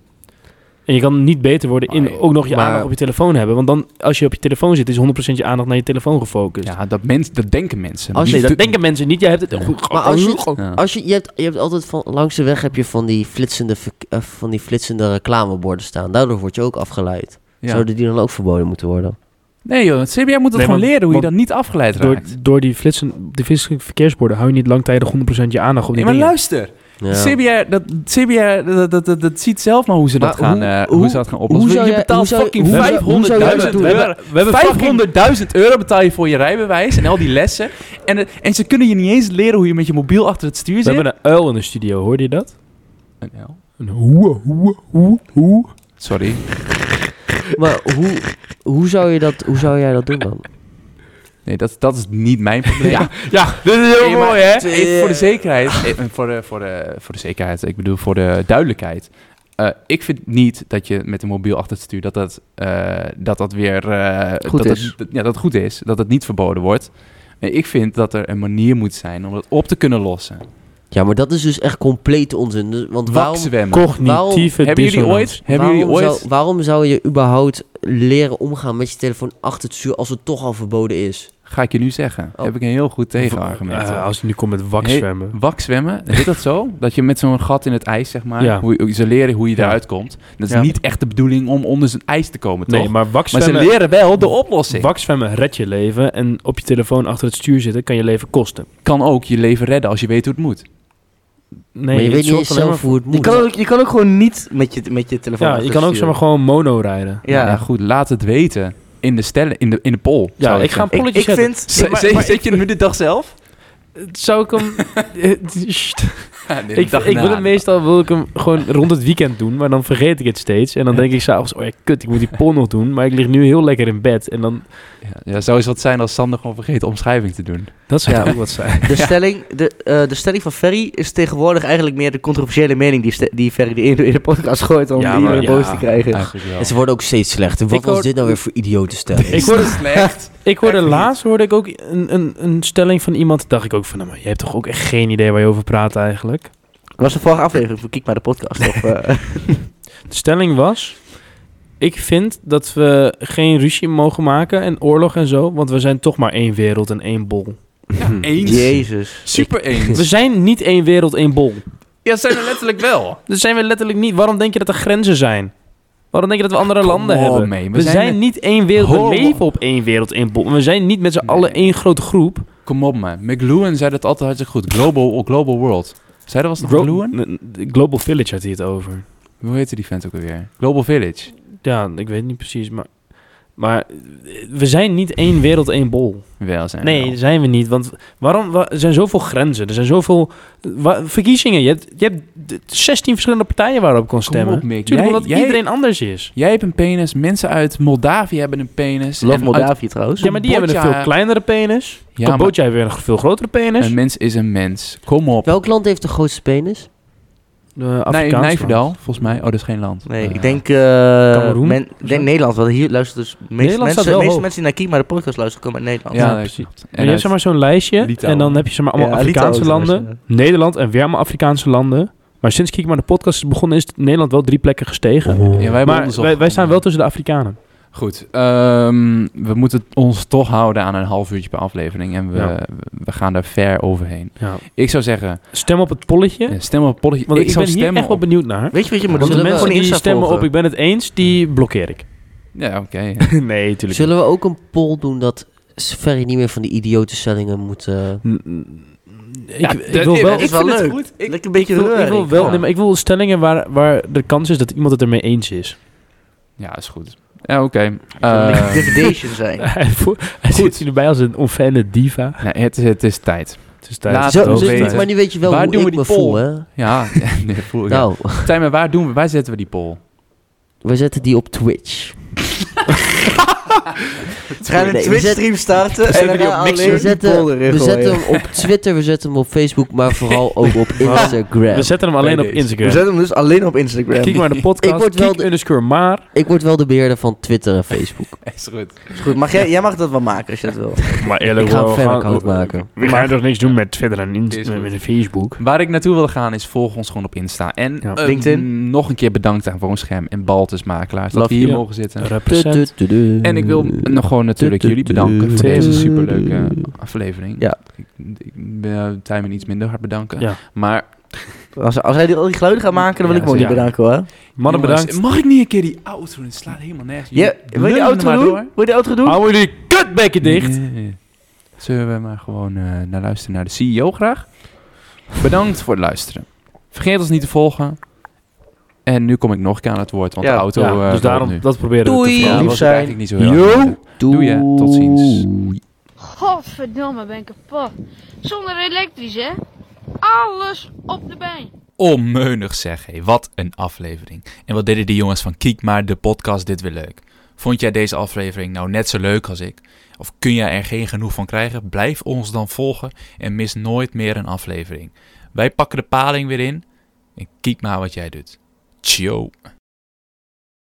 [SPEAKER 4] En je kan niet beter worden in
[SPEAKER 1] Nee,
[SPEAKER 4] ook nog je
[SPEAKER 1] maar-
[SPEAKER 4] aandacht op je telefoon hebben. Want dan, als je op je telefoon zit, is 100% je aandacht naar je telefoon gefocust.
[SPEAKER 1] Ja, dat, mens, dat denken mensen.
[SPEAKER 5] Als je-
[SPEAKER 4] Nee,
[SPEAKER 1] Niet
[SPEAKER 4] Dus- dat Oh,
[SPEAKER 1] de-
[SPEAKER 4] denken mensen niet. Jij hebt het...
[SPEAKER 5] Maar als je,
[SPEAKER 1] Ja.
[SPEAKER 5] als je, je, hebt, je hebt altijd van, langs de weg heb je van die, flitsende, verk- eh, van die flitsende reclameborden staan. Daardoor word je ook afgeleid.
[SPEAKER 1] Ja.
[SPEAKER 5] Zouden die dan ook verboden moeten worden?
[SPEAKER 1] Nee joh, het CBR moet het
[SPEAKER 4] Nee,
[SPEAKER 1] gewoon
[SPEAKER 4] want-
[SPEAKER 1] leren hoe je
[SPEAKER 4] want-
[SPEAKER 1] dan niet afgeleid
[SPEAKER 4] door,
[SPEAKER 1] raakt.
[SPEAKER 4] door die flitsen, die flitsende verkeersborden hou je niet langtijdig 100% je aandacht op die
[SPEAKER 1] Nee, maar
[SPEAKER 4] dingen.
[SPEAKER 1] luister.
[SPEAKER 5] Ja.
[SPEAKER 1] CBR, dat, CBR dat, dat, dat, dat ziet zelf maar hoe ze, dat
[SPEAKER 5] Maar
[SPEAKER 1] gaan,
[SPEAKER 5] hoe-
[SPEAKER 1] eh, hoe,
[SPEAKER 5] hoe-
[SPEAKER 1] ze dat gaan
[SPEAKER 5] hoe
[SPEAKER 1] oplossen.
[SPEAKER 5] zou
[SPEAKER 1] je
[SPEAKER 5] jij-
[SPEAKER 1] betaalt
[SPEAKER 5] hoe zou-
[SPEAKER 1] fucking
[SPEAKER 5] hoe zou- hoe zou jij dat
[SPEAKER 1] 500.000
[SPEAKER 5] doen?
[SPEAKER 1] euro.
[SPEAKER 4] We hebben fucking-
[SPEAKER 1] 500.000 euro betaal je voor je rijbewijs en al die lessen. En, het- en ze kunnen je niet eens leren hoe je met je mobiel achter het stuur
[SPEAKER 4] We
[SPEAKER 1] zit.
[SPEAKER 4] hebben een uil in de studio, hoorde je dat?
[SPEAKER 1] Een L.
[SPEAKER 4] Een hoe, hoe, hoe, hoe.
[SPEAKER 1] Sorry.
[SPEAKER 5] Maar hoe, hoe, zou je dat, hoe zou jij dat doen dan?
[SPEAKER 1] Nee, dat, dat is niet mijn probleem. ja,
[SPEAKER 4] Ja, dit is
[SPEAKER 1] Nee, maar even voor de zekerheid. eh, voor, de, voor, de, voor de zekerheid. Ik bedoel, voor de duidelijkheid. Eh, ik vind niet dat je met een mobiel achter het stuur dat dat, eh, dat, dat weer eh,
[SPEAKER 3] Goed
[SPEAKER 1] dat
[SPEAKER 3] is.
[SPEAKER 1] Het, dat- ja, dat het goed is. Dat het niet verboden wordt. Nee, ik vind dat er een manier moet zijn om dat op te kunnen lossen.
[SPEAKER 5] Ja, maar dat is dus echt complete onzin. Dus- Want waarom,
[SPEAKER 1] Wakzwemmen.
[SPEAKER 4] Cognitieve
[SPEAKER 1] Hebben jullie
[SPEAKER 4] dissonance.
[SPEAKER 1] ooit? Hebben jullie
[SPEAKER 5] waarom
[SPEAKER 1] ooit?
[SPEAKER 5] Zou, waarom zou je überhaupt leren omgaan met je telefoon achter het stuur als het toch al verboden is?
[SPEAKER 1] Ga ik je nu zeggen.
[SPEAKER 5] Oh.
[SPEAKER 1] Heb ik een heel goed tegenargument.
[SPEAKER 4] Eh, als je nu komt met wak
[SPEAKER 1] Hey,
[SPEAKER 4] zwemmen.
[SPEAKER 1] Wakzwemmen, heet dat zo? Dat je met zo'n gat in het ijs, zeg maar,
[SPEAKER 4] Ja.
[SPEAKER 1] hoe, hoe ze leren hoe je
[SPEAKER 4] Ja.
[SPEAKER 1] eruit komt. Dat is
[SPEAKER 4] Ja.
[SPEAKER 1] niet echt de bedoeling om onder zo'n ijs te komen, toch?
[SPEAKER 4] Nee, maar wak
[SPEAKER 1] Maar ze
[SPEAKER 4] zwemmen,
[SPEAKER 1] leren wel de oplossing.
[SPEAKER 4] wak zwemmen redt je leven. En op je telefoon achter het stuur zitten kan je leven kosten.
[SPEAKER 1] Kan ook je leven redden als je weet hoe het moet.
[SPEAKER 4] Nee,
[SPEAKER 5] maar je
[SPEAKER 4] het
[SPEAKER 5] weet niet
[SPEAKER 4] zorgt
[SPEAKER 5] eens
[SPEAKER 4] alleen
[SPEAKER 5] zelf hoe het
[SPEAKER 3] Je
[SPEAKER 5] moet.
[SPEAKER 3] kan, ook, je kan ook gewoon niet met je, met je telefoon
[SPEAKER 4] maar- Ja, je kan ook zeg maar
[SPEAKER 3] achtersturen.
[SPEAKER 4] gewoon mono rijden.
[SPEAKER 1] Nou Ja.
[SPEAKER 3] Ja,
[SPEAKER 1] goed, laat het weten in de, stellen, in de, in de poll.
[SPEAKER 4] Ja,
[SPEAKER 1] zou
[SPEAKER 4] ik ga een
[SPEAKER 1] zeggen.
[SPEAKER 4] polletje
[SPEAKER 3] ik
[SPEAKER 4] zetten.
[SPEAKER 3] vind...
[SPEAKER 1] Z-
[SPEAKER 4] maar-
[SPEAKER 1] z-
[SPEAKER 4] maar
[SPEAKER 1] Zet je nu de dag zelf?
[SPEAKER 4] Zou ik hem...
[SPEAKER 1] Nee, de
[SPEAKER 4] ik,
[SPEAKER 1] dag
[SPEAKER 4] ik wil
[SPEAKER 1] na.
[SPEAKER 4] hem meestal wil ik hem gewoon rond het weekend doen, maar dan vergeet ik het steeds. En dan denk ik s'avonds, oh ja, kut, ik moet die poll nog doen. Maar ik lig nu heel lekker in bed. En dan,
[SPEAKER 1] Ja, ja, zou eens wat zijn als Sander gewoon vergeet de omschrijving te doen.
[SPEAKER 4] dat zou
[SPEAKER 3] Ja.
[SPEAKER 4] ook wat zijn.
[SPEAKER 3] De, stelling, de, eh, de stelling van Ferry is tegenwoordig eigenlijk meer de controversiële mening die, ste- die Ferry in de, in de podcast gooit om
[SPEAKER 4] Ja, maar-
[SPEAKER 3] iedereen boos
[SPEAKER 1] ja.
[SPEAKER 3] te krijgen.
[SPEAKER 1] Eigenlijk wel.
[SPEAKER 5] En ze worden ook steeds slechter. Wat
[SPEAKER 4] Ik
[SPEAKER 5] was
[SPEAKER 4] hoor-
[SPEAKER 5] dit nou weer voor idiote stelling?
[SPEAKER 4] Ik hoorde,
[SPEAKER 1] slecht.
[SPEAKER 4] ik hoorde
[SPEAKER 1] Echt niet.
[SPEAKER 4] laatst hoorde ik ook een, een, een stelling van iemand. Dacht ik ook van, nou, maar je hebt toch ook echt geen idee waar je over praat eigenlijk.
[SPEAKER 3] was de vorige aflevering van Kijk maar de podcast. Of, eh,
[SPEAKER 4] De stelling was, ik vind dat we geen ruzie mogen maken en oorlog en zo. Want we zijn toch maar één wereld en één bol.
[SPEAKER 5] Hm.
[SPEAKER 1] Eens.
[SPEAKER 3] Jezus.
[SPEAKER 1] Super
[SPEAKER 4] We
[SPEAKER 1] eens.
[SPEAKER 4] zijn niet één wereld, één bol.
[SPEAKER 1] Ja, zijn er letterlijk wel.
[SPEAKER 4] Dat zijn we letterlijk niet. Waarom denk je dat er grenzen zijn? Waarom denk je dat we andere
[SPEAKER 1] Come
[SPEAKER 4] landen
[SPEAKER 1] on,
[SPEAKER 4] hebben?
[SPEAKER 1] man. We
[SPEAKER 4] We,
[SPEAKER 1] zijn
[SPEAKER 4] zijn,
[SPEAKER 1] met-
[SPEAKER 4] niet één wereld.
[SPEAKER 1] Homo-
[SPEAKER 4] We leven op één wereld, één bol. We zijn niet met z'n
[SPEAKER 1] Nee.
[SPEAKER 4] allen één grote groep.
[SPEAKER 1] Kom op, man. McLuhan zei dat altijd hartstikke goed. Global, global World. Zei dat was nog McLuhan?
[SPEAKER 4] N- n- Global Village had hij het over.
[SPEAKER 1] Hoe heette die vent ook alweer? Global Village.
[SPEAKER 4] Ja, ik weet niet precies, maar... Maar we zijn niet één wereld, één bol.
[SPEAKER 1] Wel zijn.
[SPEAKER 4] Nee,
[SPEAKER 3] dus-
[SPEAKER 1] wel.
[SPEAKER 4] dat zijn we niet. Want waarom wa- er zijn zoveel grenzen? Er zijn zoveel wa- verkiezingen. Je hebt, je hebt d- 16 verschillende partijen waarop kon stemmen.
[SPEAKER 1] op, Mick.
[SPEAKER 4] Tuurlijk,
[SPEAKER 1] Jij-
[SPEAKER 4] omdat
[SPEAKER 1] jij-
[SPEAKER 4] iedereen anders is.
[SPEAKER 1] Jij hebt een penis. Mensen uit Moldavië hebben een penis.
[SPEAKER 3] Love
[SPEAKER 1] en
[SPEAKER 3] Moldavië trouwens.
[SPEAKER 4] Ja, maar die hebben een
[SPEAKER 1] Cambodja-
[SPEAKER 4] veel kleinere penis.
[SPEAKER 1] Uit, ja, maar
[SPEAKER 4] Cambodja heeft weer een veel grotere penis.
[SPEAKER 1] een mens is een mens. Kom op.
[SPEAKER 5] Welk land heeft de grootste penis?
[SPEAKER 4] Eh,
[SPEAKER 1] Nee,
[SPEAKER 4] Afrikaans land.
[SPEAKER 1] Nijverdal, volgens mij. Oh, dat is geen land.
[SPEAKER 3] Nee,
[SPEAKER 1] Eh,
[SPEAKER 3] ik denk, eh
[SPEAKER 4] Kameroen?
[SPEAKER 3] men- ik denk Nederland. Want hier luisteren dus de meeste
[SPEAKER 4] Nederland
[SPEAKER 3] mensen,
[SPEAKER 4] staat
[SPEAKER 3] de
[SPEAKER 4] wel
[SPEAKER 3] meeste
[SPEAKER 4] hoog.
[SPEAKER 3] mensen die naar Kima de podcast luisteren komen uit Nederland.
[SPEAKER 1] Ja,
[SPEAKER 4] Ja,
[SPEAKER 1] dat
[SPEAKER 4] precies.
[SPEAKER 1] klopt.
[SPEAKER 4] En je hebt zeg maar zo'n lijstje
[SPEAKER 1] Litouwen.
[SPEAKER 4] en dan heb je zeg maar allemaal
[SPEAKER 3] Ja,
[SPEAKER 4] Afrikaanse
[SPEAKER 3] Litouwen is het
[SPEAKER 4] landen. Nederland en weer allemaal Afrikaanse landen. Maar sinds Kijk maar de podcast is begonnen is Nederland wel drie plekken gestegen.
[SPEAKER 1] Ja, wij hebben
[SPEAKER 4] maar
[SPEAKER 1] onderzocht.
[SPEAKER 4] wij, wij staan wel tussen de Afrikanen.
[SPEAKER 1] Goed, ehm, we moeten ons toch houden aan een half uurtje per aflevering. En we,
[SPEAKER 4] Ja.
[SPEAKER 1] we gaan daar ver overheen.
[SPEAKER 4] Ja.
[SPEAKER 1] Ik zou zeggen,
[SPEAKER 4] Stem op het polletje.
[SPEAKER 1] eh, stem op polletje.
[SPEAKER 4] Want ik,
[SPEAKER 1] zou
[SPEAKER 4] ben hier
[SPEAKER 1] stemmen
[SPEAKER 4] echt wel
[SPEAKER 1] op-
[SPEAKER 4] benieuwd naar.
[SPEAKER 3] Weet je wat je
[SPEAKER 5] Ja, want
[SPEAKER 3] moet doen?
[SPEAKER 4] Want de
[SPEAKER 5] Zullen we
[SPEAKER 4] mensen
[SPEAKER 3] Gewoon
[SPEAKER 4] die
[SPEAKER 3] Insta
[SPEAKER 4] stemmen
[SPEAKER 3] volgen.
[SPEAKER 4] op ik ben het eens, die blokkeer ik.
[SPEAKER 1] Ja, oké.
[SPEAKER 4] nee, tuurlijk
[SPEAKER 5] Zullen we ook een poll doen dat Ferry niet meer van die idiote stellingen moet... eh,
[SPEAKER 4] niet. Mm, Ik, ik wil wel,
[SPEAKER 3] dat is wel leuk. Lekker een beetje
[SPEAKER 4] ik wil, ik wil
[SPEAKER 3] reuring.
[SPEAKER 4] wel,
[SPEAKER 3] Ja.
[SPEAKER 4] nee, maar ik wil stellingen waar, waar de kans is dat iemand het ermee eens is.
[SPEAKER 1] Ja, is goed. Ja, oké.
[SPEAKER 3] Zo'n
[SPEAKER 1] Eh,
[SPEAKER 3] dikke dividation zijn.
[SPEAKER 4] Hij voelt- hij zit hier erbij als een onfijne diva.
[SPEAKER 1] nee, het, is- het is tijd.
[SPEAKER 4] Het is tijd.
[SPEAKER 1] Laat
[SPEAKER 4] Het
[SPEAKER 1] het
[SPEAKER 4] is
[SPEAKER 5] Zo,
[SPEAKER 1] ook
[SPEAKER 4] hoogste
[SPEAKER 5] zo-
[SPEAKER 1] weten.
[SPEAKER 4] tijd.
[SPEAKER 5] maar nu weet je wel
[SPEAKER 1] Waar
[SPEAKER 5] hoe
[SPEAKER 1] doen we
[SPEAKER 5] ik
[SPEAKER 1] die
[SPEAKER 5] me
[SPEAKER 1] poll?
[SPEAKER 5] voel, hè?
[SPEAKER 1] Ja, nee, voel ik. ja.
[SPEAKER 5] Nou,
[SPEAKER 1] Tijn, maar waar, doen we, waar zetten we die poll?
[SPEAKER 5] we zetten die op Twitch.
[SPEAKER 3] We gaan een
[SPEAKER 5] Nee, we
[SPEAKER 3] Twitch
[SPEAKER 5] zetten-
[SPEAKER 3] stream starten en dan
[SPEAKER 1] die op
[SPEAKER 3] gaan
[SPEAKER 1] Mixer.
[SPEAKER 3] alleen
[SPEAKER 5] We
[SPEAKER 3] die
[SPEAKER 5] zetten,
[SPEAKER 3] poll erin
[SPEAKER 5] we
[SPEAKER 3] gooien.
[SPEAKER 5] zetten hem op Twitter, we zetten hem op Facebook, maar vooral ook op Instagram.
[SPEAKER 4] We zetten hem alleen op
[SPEAKER 3] We
[SPEAKER 4] Instagram.
[SPEAKER 3] zetten hem dus alleen op Instagram.
[SPEAKER 4] Kijk maar de podcast.
[SPEAKER 5] Ik word wel
[SPEAKER 4] Kijk
[SPEAKER 5] de-
[SPEAKER 4] underscore maar.
[SPEAKER 5] Ik word wel de beheerder van Twitter en Facebook.
[SPEAKER 1] Is goed.
[SPEAKER 3] Is goed, mag jij, jij mag dat wel maken als je dat wil.
[SPEAKER 4] Maar
[SPEAKER 5] Ik
[SPEAKER 4] eerlijk
[SPEAKER 5] ga een fanaccount maken.
[SPEAKER 4] We gaan toch niks doen met Twitter en
[SPEAKER 1] Is goed. met
[SPEAKER 4] Facebook.
[SPEAKER 1] Waar ik naartoe wil gaan is volg ons gewoon op Insta. En
[SPEAKER 4] Ja.
[SPEAKER 1] eh,
[SPEAKER 3] LinkedIn.
[SPEAKER 1] nog een keer bedankt aan Woonscherm en Baltus Makelaars dat
[SPEAKER 4] Love
[SPEAKER 1] we hier
[SPEAKER 4] you.
[SPEAKER 1] mogen zitten.
[SPEAKER 4] Represent.
[SPEAKER 1] En ik wil nog gewoon natuurlijk jullie bedanken voor deze superleuke aflevering.
[SPEAKER 3] Ja.
[SPEAKER 1] Ik, ik eh, wil Tijmen iets minder hard bedanken.
[SPEAKER 4] Ja.
[SPEAKER 1] Maar
[SPEAKER 3] Als, als hij die- al die geluiden gaat maken, dan wil
[SPEAKER 1] Ja,
[SPEAKER 3] ik hem ook
[SPEAKER 1] zeker.
[SPEAKER 3] niet bedanken hoor.
[SPEAKER 4] Mannen
[SPEAKER 1] jongens,
[SPEAKER 4] bedankt.
[SPEAKER 1] Mag ik niet een keer die auto doen? Het slaat helemaal nergens.
[SPEAKER 3] Ja,
[SPEAKER 1] Jullie
[SPEAKER 3] wil je die
[SPEAKER 1] lullen
[SPEAKER 3] auto
[SPEAKER 1] maar
[SPEAKER 3] doen?
[SPEAKER 1] door.
[SPEAKER 3] Wil je die auto doen?
[SPEAKER 4] Hou jullie kutbekken dicht.
[SPEAKER 5] Mm.
[SPEAKER 1] Nee. Zullen we maar gewoon eh, naar luisteren naar de CEO graag? Bedankt voor het luisteren. Vergeet ons niet te volgen. En nu kom ik nog een keer aan het woord, want
[SPEAKER 3] Ja,
[SPEAKER 1] de auto
[SPEAKER 4] Ja,
[SPEAKER 1] eh,
[SPEAKER 4] dus
[SPEAKER 1] loopt
[SPEAKER 4] daarom
[SPEAKER 1] nu.
[SPEAKER 4] dat proberen we te
[SPEAKER 3] Doei.
[SPEAKER 1] Ja,
[SPEAKER 4] veranderen.
[SPEAKER 1] was
[SPEAKER 3] lief
[SPEAKER 1] ik
[SPEAKER 3] zijn.
[SPEAKER 1] eigenlijk niet zo heel
[SPEAKER 3] Yo.
[SPEAKER 1] erg. Doei, hè. Tot ziens.
[SPEAKER 7] Godverdomme, ben ik kapot. Zonder elektrisch, hè? Alles op de been.
[SPEAKER 1] Onmeunig zeg, hé. Wat een aflevering. En wat deden die jongens van Kiek maar de podcast dit weer leuk. Vond jij deze aflevering nou net zo leuk als ik? Of kun jij er geen genoeg van krijgen? Blijf ons dan volgen en mis nooit meer een aflevering. Wij pakken de paling weer in en kiek maar wat jij doet. Ciao.